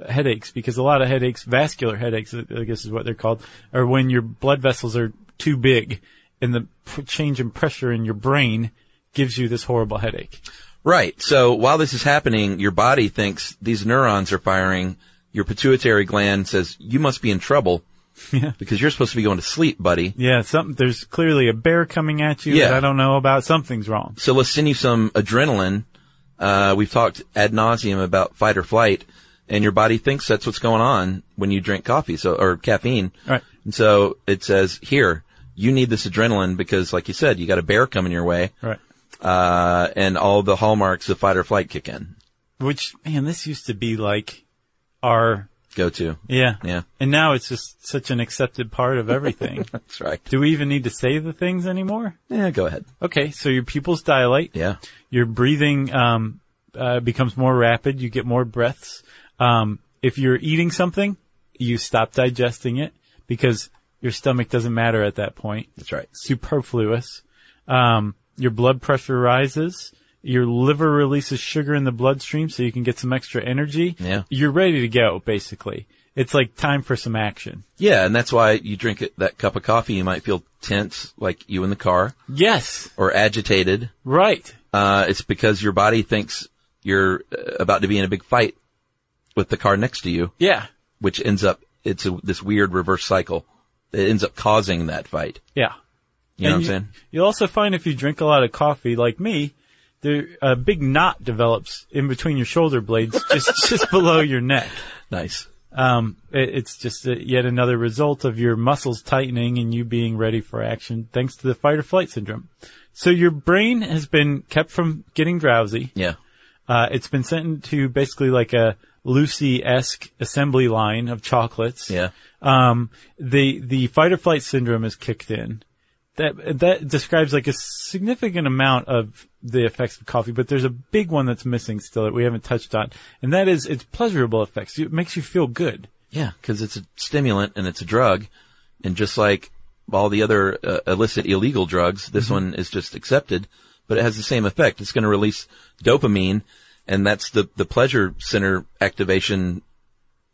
Speaker 2: headaches because a lot of headaches, vascular headaches, I guess is what they're called, are when your blood vessels are too big, and the p- change in pressure in your brain gives you this horrible headache.
Speaker 3: Right. So while this is happening, your body thinks these neurons are firing. Your pituitary gland says you must be in trouble.
Speaker 2: (laughs) Yeah.
Speaker 3: because you're supposed to be going to sleep, buddy.
Speaker 2: Yeah, something, there's clearly a bear coming at you that
Speaker 3: Yeah.
Speaker 2: I don't know about. Something's wrong.
Speaker 3: So let's send you some adrenaline. Uh, we've talked ad nauseum about fight or flight, and your body thinks that's what's going on when you drink coffee, so or caffeine.
Speaker 2: All right.
Speaker 3: And so it says here, you need this adrenaline because, like you said, you got a bear coming your way,
Speaker 2: All right.
Speaker 3: uh, and all the hallmarks of fight or flight kick in.
Speaker 2: Which, man, this used to be like our,
Speaker 3: Go to.
Speaker 2: yeah.
Speaker 3: Yeah.
Speaker 2: And now it's just such an accepted part of
Speaker 3: (laughs)
Speaker 2: everything.
Speaker 3: That's right.
Speaker 2: Do we even need to say the things anymore?
Speaker 3: Yeah, go ahead.
Speaker 2: Okay, so your pupils dilate.
Speaker 3: Yeah.
Speaker 2: Your breathing um, uh, becomes more rapid. You get more breaths. Um, if you're eating something, you stop digesting it because your stomach doesn't matter at that point.
Speaker 3: That's right.
Speaker 2: Superfluous. Um, your blood pressure rises. Your liver releases sugar in the bloodstream so you can get some extra energy.
Speaker 3: Yeah.
Speaker 2: You're ready to go, basically. It's like time for some action.
Speaker 3: Yeah, and that's why you drink it- that cup of coffee, you might feel tense, like you in the car,
Speaker 2: Yes.
Speaker 3: or agitated.
Speaker 2: Right.
Speaker 3: Uh, it's because your body thinks you're uh, about to be in a big fight with the car next to you,
Speaker 2: Yeah.
Speaker 3: which ends up, it's a, this weird reverse cycle. It ends up causing that fight.
Speaker 2: Yeah.
Speaker 3: You know
Speaker 2: And
Speaker 3: what I'm saying?
Speaker 2: You'll also find if you drink a lot of coffee, like me, there a big knot develops in between your shoulder blades, (laughs) just just below your neck.
Speaker 3: Nice.
Speaker 2: Um, it, it's just uh yet another result of your muscles tightening and you being ready for action, thanks to the fight or flight syndrome. So your brain has been kept from getting drowsy.
Speaker 3: Yeah.
Speaker 2: Uh, it's been sent into basically like a Lucy-esque assembly line of chocolates.
Speaker 3: Yeah.
Speaker 2: Um, the, the fight or flight syndrome is kicked in. That, that describes like a significant amount of the effects of coffee, but there's a big one that's missing still that we haven't touched on. And that is its pleasurable effects. It makes you feel good.
Speaker 3: Yeah, because it's a stimulant and it's a drug. And just like all the other uh, illicit illegal drugs, this
Speaker 2: Mm-hmm.
Speaker 3: one is just accepted, but it has the same effect. It's going to release dopamine, and that's the, the pleasure center activation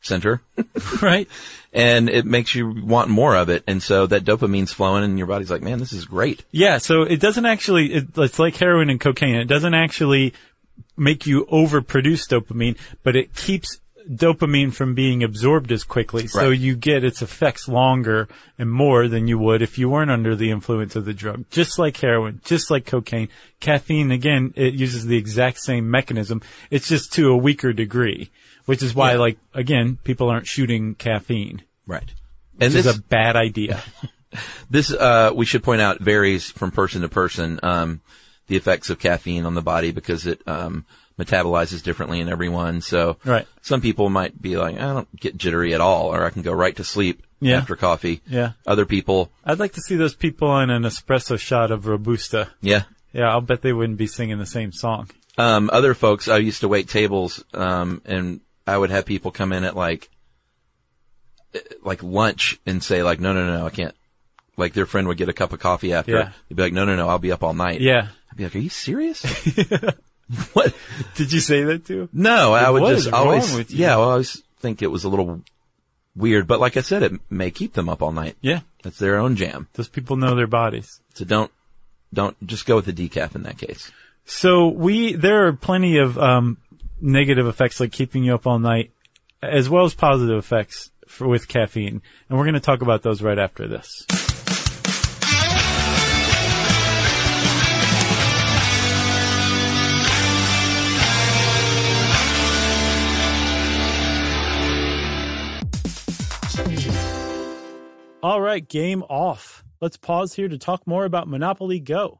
Speaker 3: center.
Speaker 2: (laughs) Right?
Speaker 3: and it makes you want more of it. And so that dopamine's flowing, and your body's like, man, this is great.
Speaker 2: Yeah. So it doesn't actually, it, it's like heroin and cocaine. It doesn't actually make you overproduce dopamine, but it keeps dopamine from being absorbed as quickly. So
Speaker 3: Right.
Speaker 2: you get its effects longer and more than you would if you weren't under the influence of the drug. Just like heroin, just like cocaine. Caffeine, again, it uses the exact same mechanism. It's just to a weaker degree, which is why, like, again, people aren't shooting caffeine.
Speaker 3: Right. And
Speaker 2: Which
Speaker 3: this,
Speaker 2: is a bad idea.
Speaker 3: this, uh, we should point out varies from person to person, um, the effects of caffeine on the body because it, um, metabolizes differently in everyone. So
Speaker 2: Right.
Speaker 3: some people might be like, I don't get jittery at all, or I can go right to sleep
Speaker 2: Yeah.
Speaker 3: after coffee.
Speaker 2: Yeah.
Speaker 3: Other people,
Speaker 2: I'd like to see those people on an espresso shot of Robusta.
Speaker 3: yeah.
Speaker 2: Yeah, I'll bet they wouldn't be singing the same song.
Speaker 3: Um, other folks, I used to wait tables, um, and I would have people come in at like, eh, like lunch and say like, no, no, no, I can't. Like their friend would get a cup of coffee after.
Speaker 2: Yeah.
Speaker 3: They'd be like, no, no, no, I'll be up all night.
Speaker 2: Yeah.
Speaker 3: I'd be like, are you serious? what?
Speaker 2: (laughs) Did you say that too?
Speaker 3: No, I would
Speaker 2: what
Speaker 3: just
Speaker 2: is wrong
Speaker 3: always,
Speaker 2: with you?
Speaker 3: yeah, well, I always think it was a little weird, but like I said, it may keep them up all night.
Speaker 2: Yeah.
Speaker 3: That's their own jam.
Speaker 2: Those people know their bodies.
Speaker 3: So don't, don't just go with the decaf in that case.
Speaker 2: So we, there are plenty of, um, negative effects like keeping you up all night as well as positive effects for, with caffeine. And we're going to talk about those right after this.
Speaker 5: All right, game off. Let's pause here to talk more about Monopoly Go.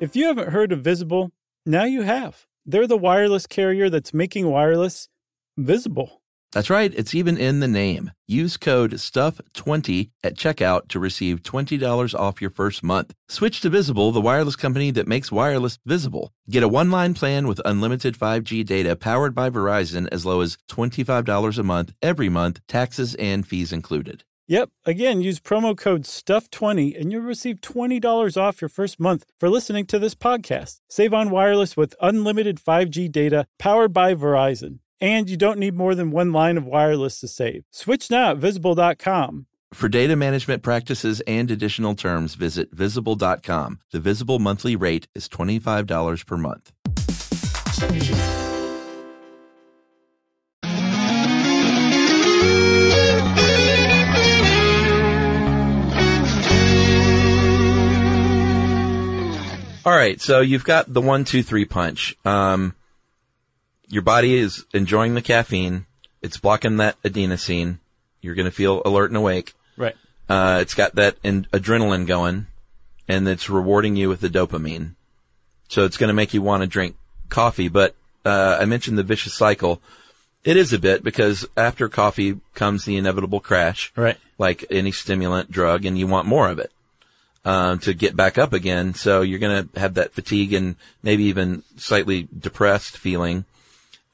Speaker 5: If you haven't heard of Visible, now you have. They're the wireless carrier that's making wireless visible.
Speaker 3: That's right. It's even in the name. Use code STUFF20 at checkout to receive $20 off your first month. Switch to Visible, the wireless company that makes wireless visible. Get a one line plan with unlimited 5G data powered by Verizon as low as $25 a month every month, taxes and fees included.
Speaker 5: Yep, again, use promo code STUFF20 and you'll receive $20 off your first month for listening to this podcast. Save on wireless with unlimited 5G data powered by Verizon. And you don't need more than one line of wireless to save. Switch now at visible.com.
Speaker 3: For data management practices and additional terms, visit visible.com. The visible monthly rate is $25 per month. All right, so you've got the one, two, three punch. Um, your body is enjoying the caffeine. It's blocking that adenosine. You're going to feel alert and awake.
Speaker 2: Right.
Speaker 3: Uh, it's got that in- adrenaline going, and it's rewarding you with the dopamine. So it's going to make you want to drink coffee. But uh, I mentioned the vicious cycle. It is a bit because after coffee comes the inevitable crash,
Speaker 2: Right.
Speaker 3: like any stimulant drug, and you want more of it um, to get back up again. So you're going to have that fatigue and maybe even slightly depressed feeling.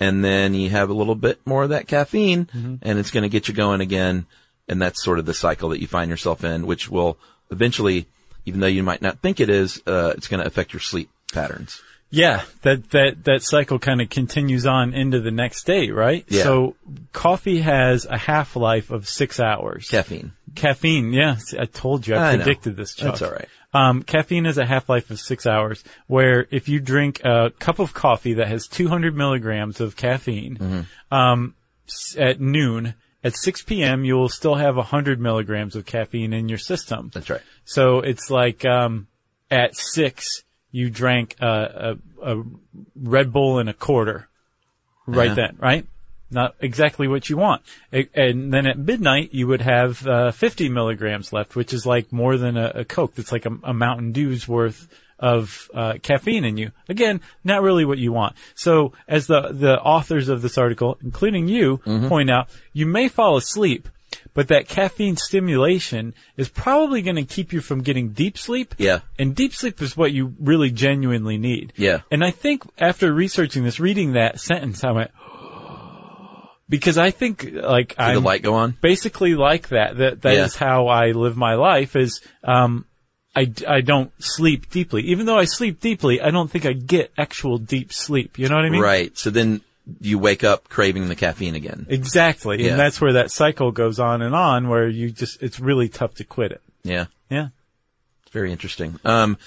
Speaker 3: And then you have a little bit more of that caffeine
Speaker 2: Mm-hmm.
Speaker 3: and it's going to get you going again. And that's sort of the cycle that you find yourself in, which will eventually, even though you might not think it is, uh, it's going to affect your sleep patterns.
Speaker 2: Yeah, that that that cycle kind of continues on into the next day, right?
Speaker 3: Yeah.
Speaker 2: So coffee has a half life of six hours.
Speaker 3: Caffeine.
Speaker 2: Caffeine, yeah, see, I told you, I,
Speaker 3: I know.
Speaker 2: predicted this. Chuck.
Speaker 3: That's all right.
Speaker 2: Um, caffeine has a half life of six hours, where if you drink a cup of coffee that has 200 milligrams of caffeine,
Speaker 3: Mm-hmm.
Speaker 2: um, s- at noon. At 6 p.m., you will still have 100 milligrams of caffeine in your system.
Speaker 3: That's right.
Speaker 2: So it's like um, at six, you drank a, a, a Red Bull and a quarter right
Speaker 3: Yeah.
Speaker 2: then, right? Not exactly what you want. A- And then at midnight, you would have uh, 50 milligrams left, which is like more than a, a Coke. That's like a, a Mountain Dew's worth of uh, caffeine in you. Again, not really what you want. So as the, the authors of this article, including you,
Speaker 3: Mm-hmm.
Speaker 2: point out, you may fall asleep, but that caffeine stimulation is probably going to keep you from getting deep sleep.
Speaker 3: Yeah.
Speaker 2: And deep sleep is what you really genuinely need.
Speaker 3: Yeah.
Speaker 2: And I think after researching this, reading that sentence, I went, (gasps) because I think like
Speaker 3: Did
Speaker 2: I
Speaker 3: the light go on?
Speaker 2: basically like that. That that is
Speaker 3: Yeah.
Speaker 2: how I live my life. Is um, I d- I don't sleep deeply. Even though I sleep deeply, I don't think I get actual deep sleep. You know what I mean?
Speaker 3: right. So then you wake up craving the caffeine again.
Speaker 2: Exactly.
Speaker 3: Yeah.
Speaker 2: And that's where that cycle goes on and on, where you just it's really tough to quit it.
Speaker 3: yeah.
Speaker 2: Yeah.
Speaker 3: Very interesting. Um,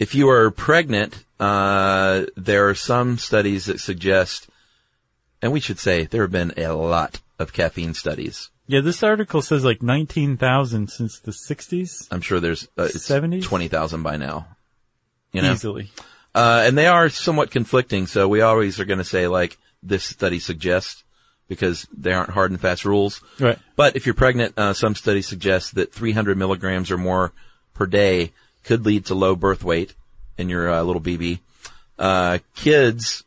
Speaker 3: if you are pregnant, uh, there are some studies that suggest, and we should say there have been a lot of caffeine studies.
Speaker 2: Yeah. This article says like nineteen thousand since the sixties.
Speaker 3: I'm sure there's uh, it's
Speaker 2: 70s?
Speaker 3: 20,000 by now. You know?
Speaker 2: Easily.
Speaker 3: Uh, and they are somewhat conflicting, so we always are going to say like this study suggests because they aren't hard and fast rules.
Speaker 2: Right.
Speaker 3: But if you're pregnant, uh, some studies suggest that 300 milligrams or more per day could lead to low birth weight in your uh, little BB. Uh, kids,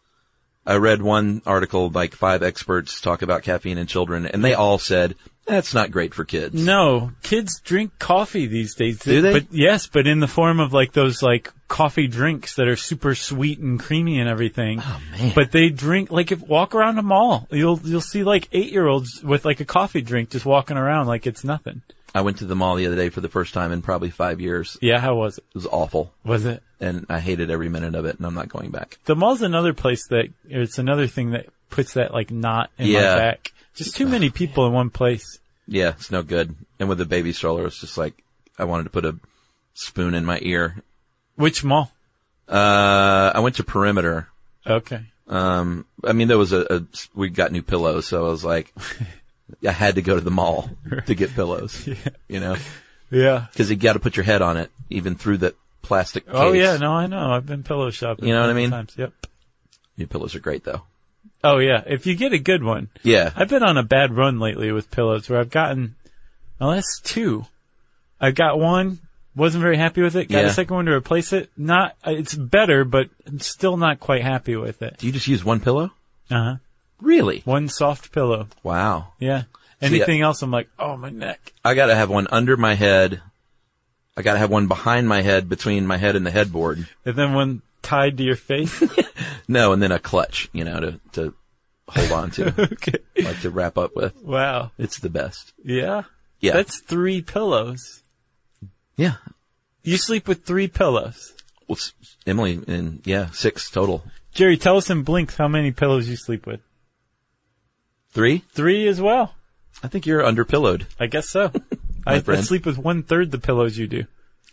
Speaker 3: I read one article, like five experts talk about caffeine in children, and they all said that's not great for kids.
Speaker 2: No, kids drink coffee these days.
Speaker 3: Do they?
Speaker 2: But yes, but in the form of like those like coffee drinks that are super sweet and creamy and everything. Oh man! But they drink like if walk around a mall, you'll you'll see like eight year olds with like a coffee drink just walking around like it's nothing.
Speaker 3: I went to the mall the other day for the first time in probably five years. It
Speaker 2: Yeah, how was it?
Speaker 3: was awful,
Speaker 2: Was it?
Speaker 3: and I hated every minute of it, and I'm not going back.
Speaker 2: The mall's another place that it's another thing that puts that like knot in my
Speaker 3: Yeah.
Speaker 2: back. Just too many people in one place.
Speaker 3: Yeah, it's no good. And with the baby stroller, it's just like I wanted to put a spoon in my ear.
Speaker 2: Which mall?
Speaker 3: Uh, I went to Perimeter.
Speaker 2: Okay.
Speaker 3: Um, I mean, there was a, a we got new pillows, so I was like, I had to go to the mall to get
Speaker 2: (laughs)
Speaker 3: pillows. You know,
Speaker 2: Yeah.
Speaker 3: because you got to put your head on it, even through the plastic. Case.
Speaker 2: Oh yeah, no, I know. I've been pillow shopping.
Speaker 3: You know what I
Speaker 2: many
Speaker 3: mean?
Speaker 2: Times. Yep.
Speaker 3: New pillows are great though.
Speaker 2: Oh yeah, if you get a good one.
Speaker 3: Yeah,
Speaker 2: I've been on a bad run lately with pillows where I've gotten my last two. I got one, Wasn't very happy with it. Got
Speaker 3: Yeah.
Speaker 2: a second one to replace it. Not, uh, it's better, but I'm still not quite happy with it.
Speaker 3: Do you just use one pillow?
Speaker 2: Uh huh.
Speaker 3: Really?
Speaker 2: One soft pillow.
Speaker 3: Wow.
Speaker 2: Yeah.
Speaker 3: See,
Speaker 2: Anything else? I'm like, oh, my neck.
Speaker 3: I gotta have one under my head. I gotta have one behind my head, between my head and the headboard.
Speaker 2: And then one tied to your face.
Speaker 3: No, and then a clutch, you know, to, to hold
Speaker 2: (laughs)
Speaker 3: on to,
Speaker 2: okay.
Speaker 3: like to wrap up with.
Speaker 2: Wow.
Speaker 3: It's the best.
Speaker 2: Yeah.
Speaker 3: Yeah.
Speaker 2: That's three pillows.
Speaker 3: yeah.
Speaker 2: You sleep with three pillows.
Speaker 3: Well, s- Emily, and yeah, six total.
Speaker 2: Jerry, tell us in blinks how many pillows you sleep with.
Speaker 3: Three?
Speaker 2: Three as well.
Speaker 3: I think you're under pillowed.
Speaker 2: I guess
Speaker 3: (laughs)
Speaker 2: so. I, I
Speaker 3: friend.
Speaker 2: sleep with one third the pillows you do.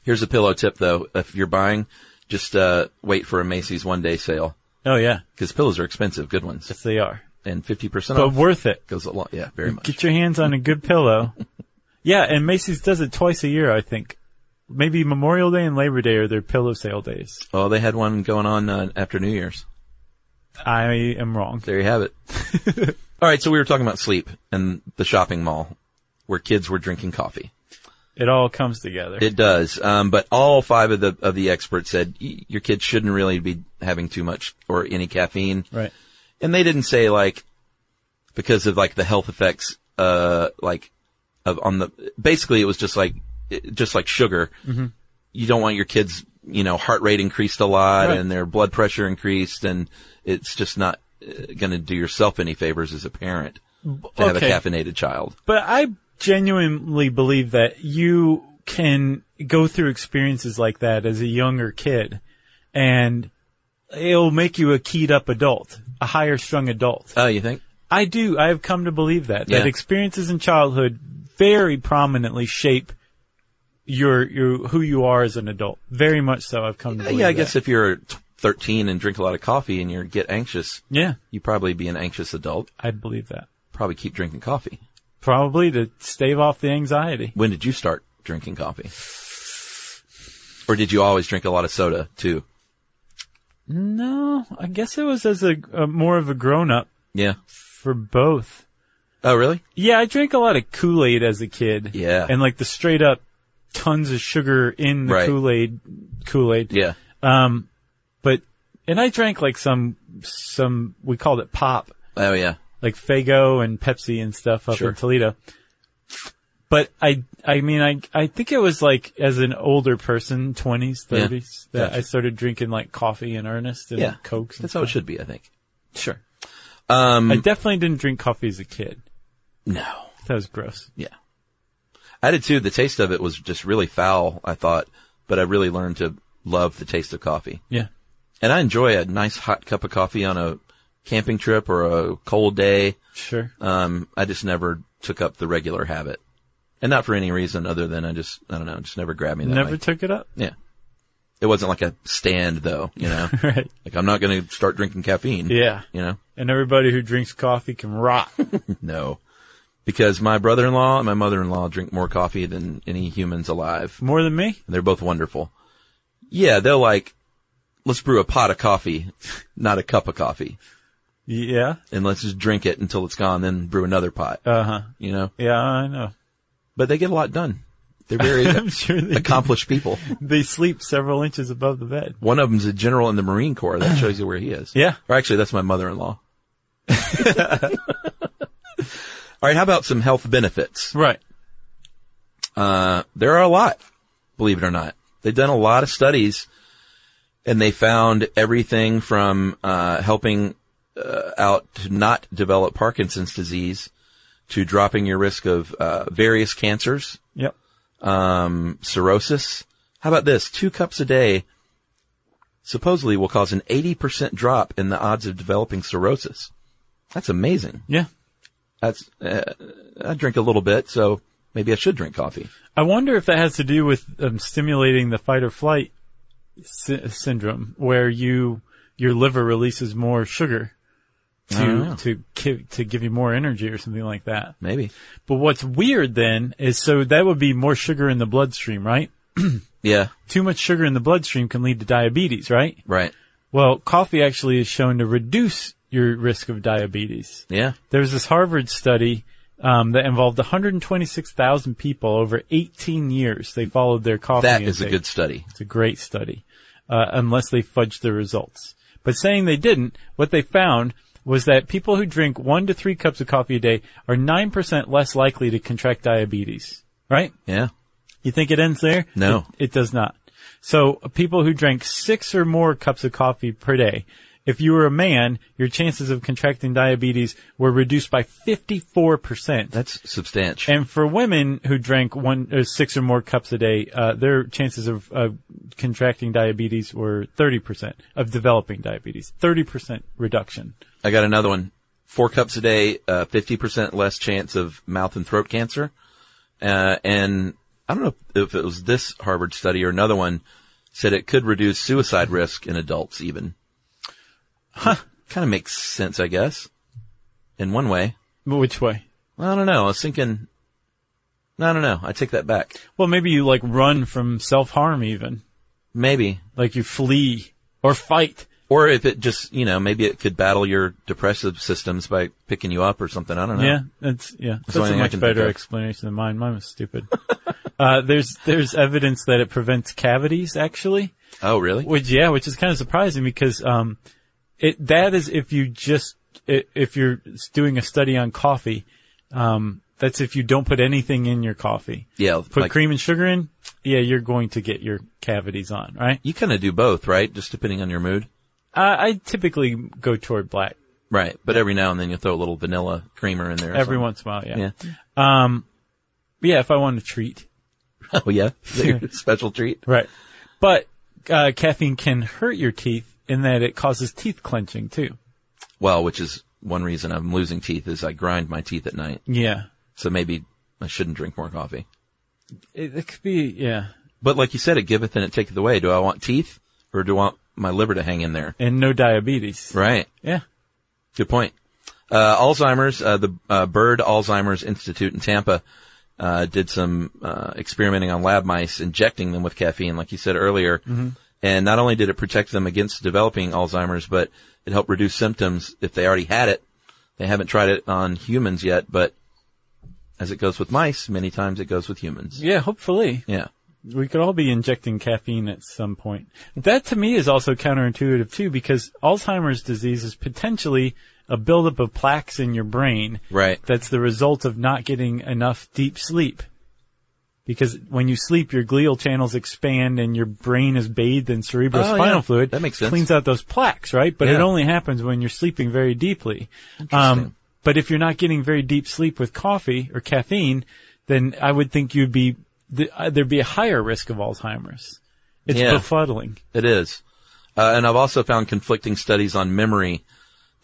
Speaker 3: Here's a pillow tip though. If you're buying, just, uh, wait for a Macy's one day sale.
Speaker 2: Oh yeah,
Speaker 3: Cause pillows are expensive, good ones.
Speaker 2: yes they are,
Speaker 3: And 50%
Speaker 2: but
Speaker 3: off
Speaker 2: worth it.
Speaker 3: goes a lot. Yeah, very much.
Speaker 2: Get your hands on a good
Speaker 3: (laughs)
Speaker 2: pillow. yeah, and Macy's does it twice a year, I think. Maybe Memorial Day and Labor Day are their pillow sale days.
Speaker 3: Oh, they had one going on uh, after New Year's.
Speaker 2: I am wrong.
Speaker 3: There you have it. All right, so we were talking about sleep and the shopping mall where kids were drinking coffee.
Speaker 2: It all comes together.
Speaker 3: It does, um, but all five of the of the experts said y- your kids shouldn't really be having too much or any caffeine,
Speaker 2: right.
Speaker 3: and they didn't say like because of like the health effects, uh, like of on the basically it was just like it- just like sugar.
Speaker 2: Mm-hmm.
Speaker 3: You don't want your kids, you know, heart rate increased a lot
Speaker 2: Right.
Speaker 3: and their blood pressure increased, and it's just not going to do yourself any favors as a parent to have a
Speaker 2: okay.
Speaker 3: caffeinated child.
Speaker 2: But I genuinely believe that you can go through experiences like that as a younger kid and it'll make you a keyed up adult, a higher strung adult.
Speaker 3: Oh, you think?
Speaker 2: I do. I have come to believe that that
Speaker 3: Yeah.
Speaker 2: experiences in childhood very prominently shape your your who you are as an adult. Very much so. I've come to believe.
Speaker 3: Uh, yeah, I
Speaker 2: that.
Speaker 3: guess if you're t- 13 and drink a lot of coffee and you get anxious,
Speaker 2: Yeah,
Speaker 3: you probably be an anxious adult.
Speaker 2: I believe that.
Speaker 3: Probably keep drinking coffee.
Speaker 2: Probably to stave off the anxiety.
Speaker 3: When did you start drinking coffee? Or did you always drink a lot of soda too?
Speaker 2: No, I guess it was as a, a more of a grown up
Speaker 3: Yeah.
Speaker 2: for both.
Speaker 3: Oh, really?
Speaker 2: Yeah, I drank a lot of Kool Aid as a kid.
Speaker 3: Yeah.
Speaker 2: and like the straight up tons of sugar in the
Speaker 3: Right.
Speaker 2: Kool Aid. Kool Aid.
Speaker 3: Yeah.
Speaker 2: Um, but, and I drank like some, some, we called it pop,
Speaker 3: Oh, yeah.
Speaker 2: like Fago and Pepsi and stuff up
Speaker 3: Sure.
Speaker 2: in Toledo. But I, I mean, I, I think it was like as an older person, 20s,
Speaker 3: Yeah.
Speaker 2: 30s, that
Speaker 3: Gotcha.
Speaker 2: I started drinking like coffee in earnest and
Speaker 3: Yeah.
Speaker 2: Cokes. And
Speaker 3: That's how it should be, I think.
Speaker 2: should. Sure.
Speaker 3: Um,
Speaker 2: I definitely didn't drink coffee as a kid.
Speaker 3: no.
Speaker 2: That was gross.
Speaker 3: Yeah. I did too. The taste of it was just really foul, I thought, but I really learned to love the taste of coffee.
Speaker 2: Yeah.
Speaker 3: And I enjoy a nice hot cup of coffee on a camping trip or a cold day.
Speaker 2: Sure.
Speaker 3: Um, I just never took up the regular habit. And not for any reason other than I just, I don't know, it just never grabbed me that
Speaker 2: Never
Speaker 3: way.
Speaker 2: took it up.
Speaker 3: yeah. It wasn't like a stand though, you know?
Speaker 2: (laughs) Right.
Speaker 3: like I'm not going to start drinking caffeine.
Speaker 2: Yeah.
Speaker 3: You know?
Speaker 2: And everybody who drinks coffee can rot. (laughs)
Speaker 3: No. Because my brother-in-law and my mother-in-law drink more coffee than any humans alive.
Speaker 2: More than me?
Speaker 3: They're both wonderful. Yeah, they're like, let's brew a pot of coffee, (laughs) not a cup of coffee.
Speaker 2: Yeah.
Speaker 3: And let's just drink it until it's gone, then brew another pot,
Speaker 2: Uh huh.
Speaker 3: you know?
Speaker 2: Yeah, I know. (laughs)
Speaker 3: But they get a lot done. They're very
Speaker 2: I'm sure they,
Speaker 3: accomplished people.
Speaker 2: (laughs) they sleep several inches above the bed.
Speaker 3: One of them's a general in the Marine Corps. That shows you where he is.
Speaker 2: Yeah.
Speaker 3: Or actually, that's my mother-in-law. (laughs) All right. How about some health benefits?
Speaker 2: Right.
Speaker 3: Uh, there are a lot, believe it or not. They've done a lot of studies and they found everything from, uh, helping uh, out to not develop Parkinson's disease to dropping your risk of, uh, various cancers,
Speaker 2: Yep.
Speaker 3: um, cirrhosis. How about this? Two cups a day supposedly will cause an 80% drop in the odds of developing cirrhosis. That's amazing.
Speaker 2: Yeah.
Speaker 3: That's, uh, I drink a little bit, so maybe I should drink coffee.
Speaker 2: I wonder if that has to do with um, stimulating the fight or flight sy- syndrome, where you your liver releases more sugar
Speaker 3: don't know.
Speaker 2: to to give, to give you more energy or something like that.
Speaker 3: Maybe.
Speaker 2: But what's weird then is so that would be more sugar in the bloodstream, right?
Speaker 3: Yeah.
Speaker 2: Too much sugar in the bloodstream can lead to diabetes, right?
Speaker 3: Right.
Speaker 2: Well, coffee actually is shown to reduce your risk of diabetes.
Speaker 3: Yeah.
Speaker 2: There's this Harvard study um, that involved 126,000 people over 18 years. They followed their coffee.
Speaker 3: That is a
Speaker 2: intake.
Speaker 3: good study.
Speaker 2: It's a great study, uh, unless they fudged the results. But saying they didn't, what they found was that people who drink one to three cups of coffee a day are 9% less likely to contract diabetes. Right?
Speaker 3: Yeah.
Speaker 2: You think it ends there?
Speaker 3: No.
Speaker 2: It, it does not. So uh, people who drank six or more cups of coffee per day, if you were a man, your chances of contracting diabetes were reduced by 54%.
Speaker 3: That's substantial.
Speaker 2: And for women who drank one or six or more cups a day, uh, their chances of uh, contracting diabetes were 30% of developing diabetes. 30% reduction.
Speaker 3: I got another one. Four cups a day, uh, 50% less chance of mouth and throat cancer. Uh, and I don't know if it was this Harvard study or another one said it could reduce suicide risk in adults even. Huh. Kind of makes sense, I guess. In one way.
Speaker 2: But Which way?
Speaker 3: Well, I don't know. I was thinking, no, no, no. I take that back.
Speaker 2: Well, maybe you like run from self-harm even.
Speaker 3: Maybe.
Speaker 2: Like you flee or fight.
Speaker 3: Or if it just, you know, maybe it could battle your depressive systems by picking you up or something. I don't know.
Speaker 2: Yeah, that's yeah. That's,
Speaker 3: the only
Speaker 2: a
Speaker 3: thing I
Speaker 2: much
Speaker 3: can
Speaker 2: better
Speaker 3: think of.
Speaker 2: explanation than mine. Mine was stupid. (laughs) uh, there's there's evidence that it prevents cavities actually,
Speaker 3: Oh, really?
Speaker 2: which yeah, which is kind of surprising because um, it that is if you just i if you're s- doing a study on coffee, um, that's if you don't put anything in your coffee.
Speaker 3: yeah.
Speaker 2: Put
Speaker 3: like-
Speaker 2: cream and sugar in, yeah, you're going to get your cavities on, right?
Speaker 3: You kind of do both, right? Just depending on your mood.
Speaker 2: Uh, I typically go toward black
Speaker 3: Right. But every now and then you throw a little vanilla creamer in there. or
Speaker 2: every
Speaker 3: something.
Speaker 2: once in a while, yeah.
Speaker 3: Yeah.
Speaker 2: Um, yeah, if I want a treat.
Speaker 3: (laughs) Oh, yeah. Is that your (laughs) special treat.
Speaker 2: Right. But uh, caffeine can hurt your teeth in that it causes teeth clenching too.
Speaker 3: Well, which is one reason I'm losing teeth is I grind my teeth at night.
Speaker 2: Yeah.
Speaker 3: So maybe I shouldn't drink more coffee.
Speaker 2: It, it could be, yeah.
Speaker 3: But like you said, it giveth and it taketh away. Do I want teeth or do I want my liver to hang in there?
Speaker 2: And no diabetes.
Speaker 3: Right.
Speaker 2: Yeah.
Speaker 3: Good point. Uh, Alzheimer's, uh, the uh, Bird Alzheimer's Institute in Tampa uh, did some uh, experimenting on lab mice, injecting them with caffeine, like you said earlier. And not only did it protect them against developing Alzheimer's, but it helped reduce symptoms if they already had it. They haven't tried it on humans yet, but as it goes with mice, many times it goes with humans.
Speaker 2: Yeah, hopefully.
Speaker 3: Yeah.
Speaker 2: We could all be injecting caffeine at some point. That to me is also counterintuitive too because Alzheimer's disease is potentially a buildup of plaques in your brain
Speaker 3: Right.
Speaker 2: that's the result of not getting enough deep sleep. Because when you sleep, your glial channels expand and your brain is bathed in cerebrospinal
Speaker 3: Oh, yeah.
Speaker 2: fluid.
Speaker 3: That makes sense.
Speaker 2: Cleans out those plaques, right? But it
Speaker 3: Yeah.
Speaker 2: only happens when you're sleeping very deeply.
Speaker 3: Interesting.
Speaker 2: Um, but if you're not getting very deep sleep with coffee or caffeine, then I would think you'd be, th- uh, there'd be a higher risk of Alzheimer's. It's
Speaker 3: Yeah.
Speaker 2: befuddling.
Speaker 3: It is. Uh, and I've also found conflicting studies on memory.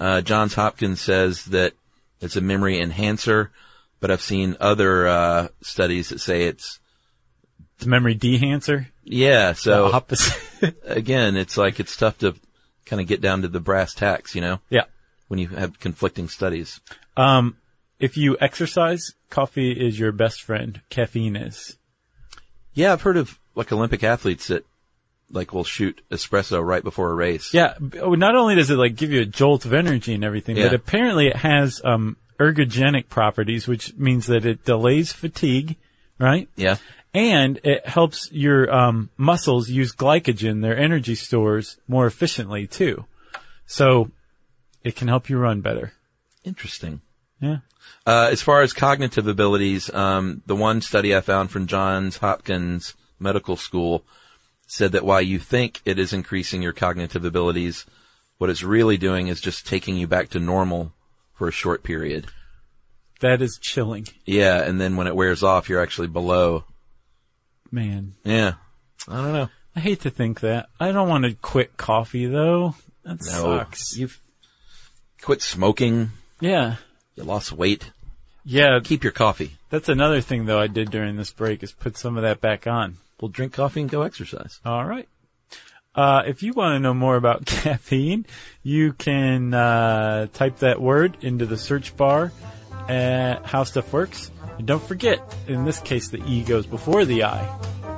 Speaker 3: Uh, Johns Hopkins says that it's a memory enhancer, but I've seen other uh, studies that say it's
Speaker 2: The memory dehancer.
Speaker 3: yeah. So
Speaker 2: The opposite.
Speaker 3: again, it's like it's tough to kind of get down to the brass tacks, you know,
Speaker 2: (laughs) yeah.
Speaker 3: when you have conflicting studies.
Speaker 2: Um, if you exercise, coffee is your best friend. Caffeine is.
Speaker 3: Yeah, I've heard of like Olympic athletes that like will shoot espresso right before a race.
Speaker 2: Yeah. b- oh, Not only does it like give you a jolt of energy and everything, but
Speaker 3: Yeah.
Speaker 2: apparently it has, um, ergogenic properties, which means that it delays fatigue, right?
Speaker 3: Yeah.
Speaker 2: And it helps your, um, muscles use glycogen, their energy stores, more efficiently too. So it can help you run better.
Speaker 3: Interesting.
Speaker 2: Yeah.
Speaker 3: Uh, as far as cognitive abilities, um, the one study I found from Johns Hopkins Medical School said that while you think it is increasing your cognitive abilities, what it's really doing is just taking you back to normal for a short period.
Speaker 2: That is chilling,
Speaker 3: Yeah, and then when it wears off, you're actually below.
Speaker 2: man.
Speaker 3: Yeah, I don't know.
Speaker 2: I hate to think that. I don't want to quit coffee though. That
Speaker 3: No,
Speaker 2: sucks.
Speaker 3: Oh. you've quit smoking.
Speaker 2: Yeah.
Speaker 3: You lost weight.
Speaker 2: Yeah,
Speaker 3: Keep your coffee.
Speaker 2: that's another thing though I did during this break is put some of that back on.
Speaker 3: Well, drink coffee and go exercise.
Speaker 2: All right. Uh, if you want to know more about (laughs) caffeine, you can uh, type that word into the search bar at How Stuff Works. And don't forget, in this case, the E goes before the I.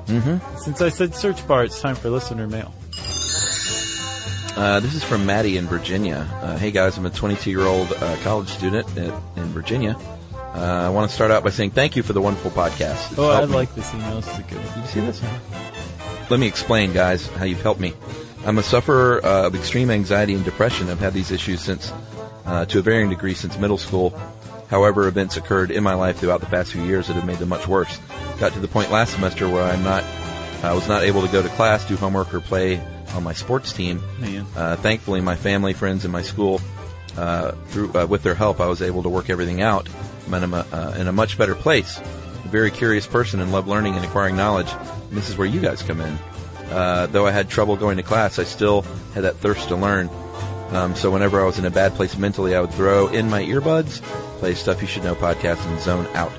Speaker 2: Mm-hmm. Since I said search bar, it's time for listener mail.
Speaker 3: Uh, this is from Maddie in Virginia. Uh, hey guys, I'm a 22 year old uh, college student at, in Virginia. Uh, I want to start out by saying thank you for the wonderful podcast. It's
Speaker 2: Oh, I
Speaker 3: helped me.
Speaker 2: like this email. This is a good one.
Speaker 3: You see this? Let me explain, guys, how you've helped me. I'm a sufferer uh, of extreme anxiety and depression. I've had these issues since, uh, to a varying degree, since middle school. However, events occurred in my life throughout the past few years that have made them much worse. Got to the point last semester where I'm not, I was not able to go to class, do homework, or play on my sports team.
Speaker 2: Man.
Speaker 3: Uh, thankfully, my family, friends, and my school, uh, through uh, with their help, I was able to work everything out. I'm in a, mu- uh, in a much better place. A very curious person and love learning and acquiring knowledge. And this is where you guys come in. Uh, though I had trouble going to class, I still had that thirst to learn. Um, so whenever I was in a bad place mentally, I would throw in my earbuds, play Stuff You Should Know podcast, and zone out.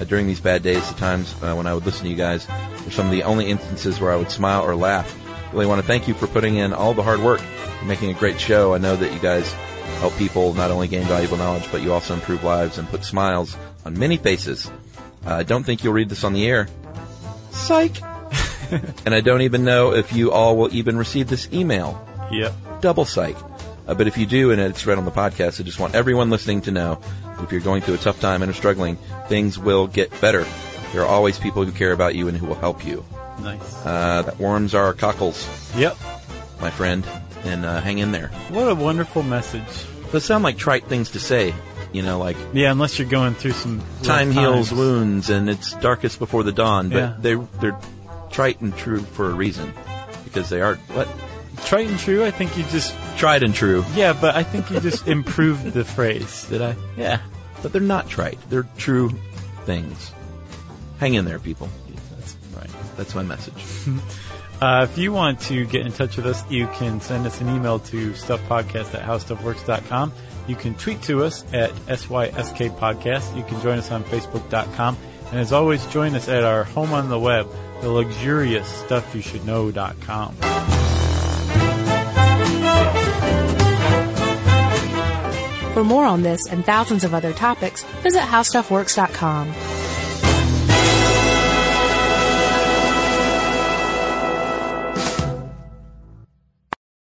Speaker 3: Uh, during these bad days, the times uh, when I would listen to you guys were some of the only instances where I would smile or laugh. Really want to thank you for putting in all the hard work and making a great show. I know that you guys help people not only gain valuable knowledge, but you also improve lives and put smiles on many faces. Uh, I don't think you'll read this on the air. Psych! and I don't even know if you all will even receive this email
Speaker 2: Yep.
Speaker 3: double psych. Uh, but if you do, and it's read on the podcast, I just want everyone listening to know that if you're going through a tough time and are struggling, things will get better. There are always people who care about you and who will help you.
Speaker 2: Nice.
Speaker 3: Uh, that warms our cockles,
Speaker 2: Yep.
Speaker 3: my friend, and uh, hang in there.
Speaker 2: What a wonderful message.
Speaker 3: Those sound like trite things to say, you know, like
Speaker 2: Yeah, unless you're going through some rough
Speaker 3: time heals
Speaker 2: times.
Speaker 3: wounds and it's darkest before the dawn, but
Speaker 2: Yeah.
Speaker 3: they, they're trite and true for a reason. Because they are, what?
Speaker 2: Trite and true. I think you just
Speaker 3: Tried and true.
Speaker 2: yeah, but I think you
Speaker 3: (laughs)
Speaker 2: just improved the phrase. Did I?
Speaker 3: Yeah, but they're not trite. They're true things. Hang in there, people.
Speaker 2: That's right.
Speaker 3: That's my message.
Speaker 2: Uh, if you want to get in touch with us, you can send us an email to stuffpodcast at howstuffworks.com. You can tweet to us at SYSK Podcast. You can join us on Facebook.com. And as always, join us at our home on the web, the luxurious stuffyoushouldknow.com.
Speaker 4: For more on this and thousands of other topics, visit howstuffworks.com.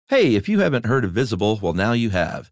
Speaker 3: Hey, if you haven't heard of Visible, well, now you have.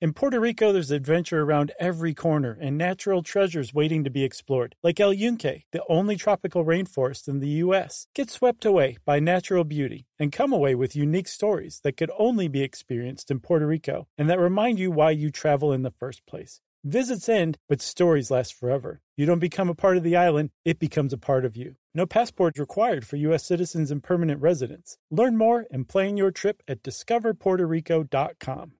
Speaker 5: In Puerto Rico, there's adventure around every corner and natural treasures waiting to be explored, like El Yunque, the only tropical rainforest in the U.S. Get swept away by natural beauty and come away with unique stories that could only be experienced in Puerto Rico and that remind you why you travel in the first place. Visits end, but stories last forever. You don't become a part of the island, it becomes a part of you. No passport required for U.S. citizens and permanent residents. Learn more and plan your trip at discoverpuertorico.com.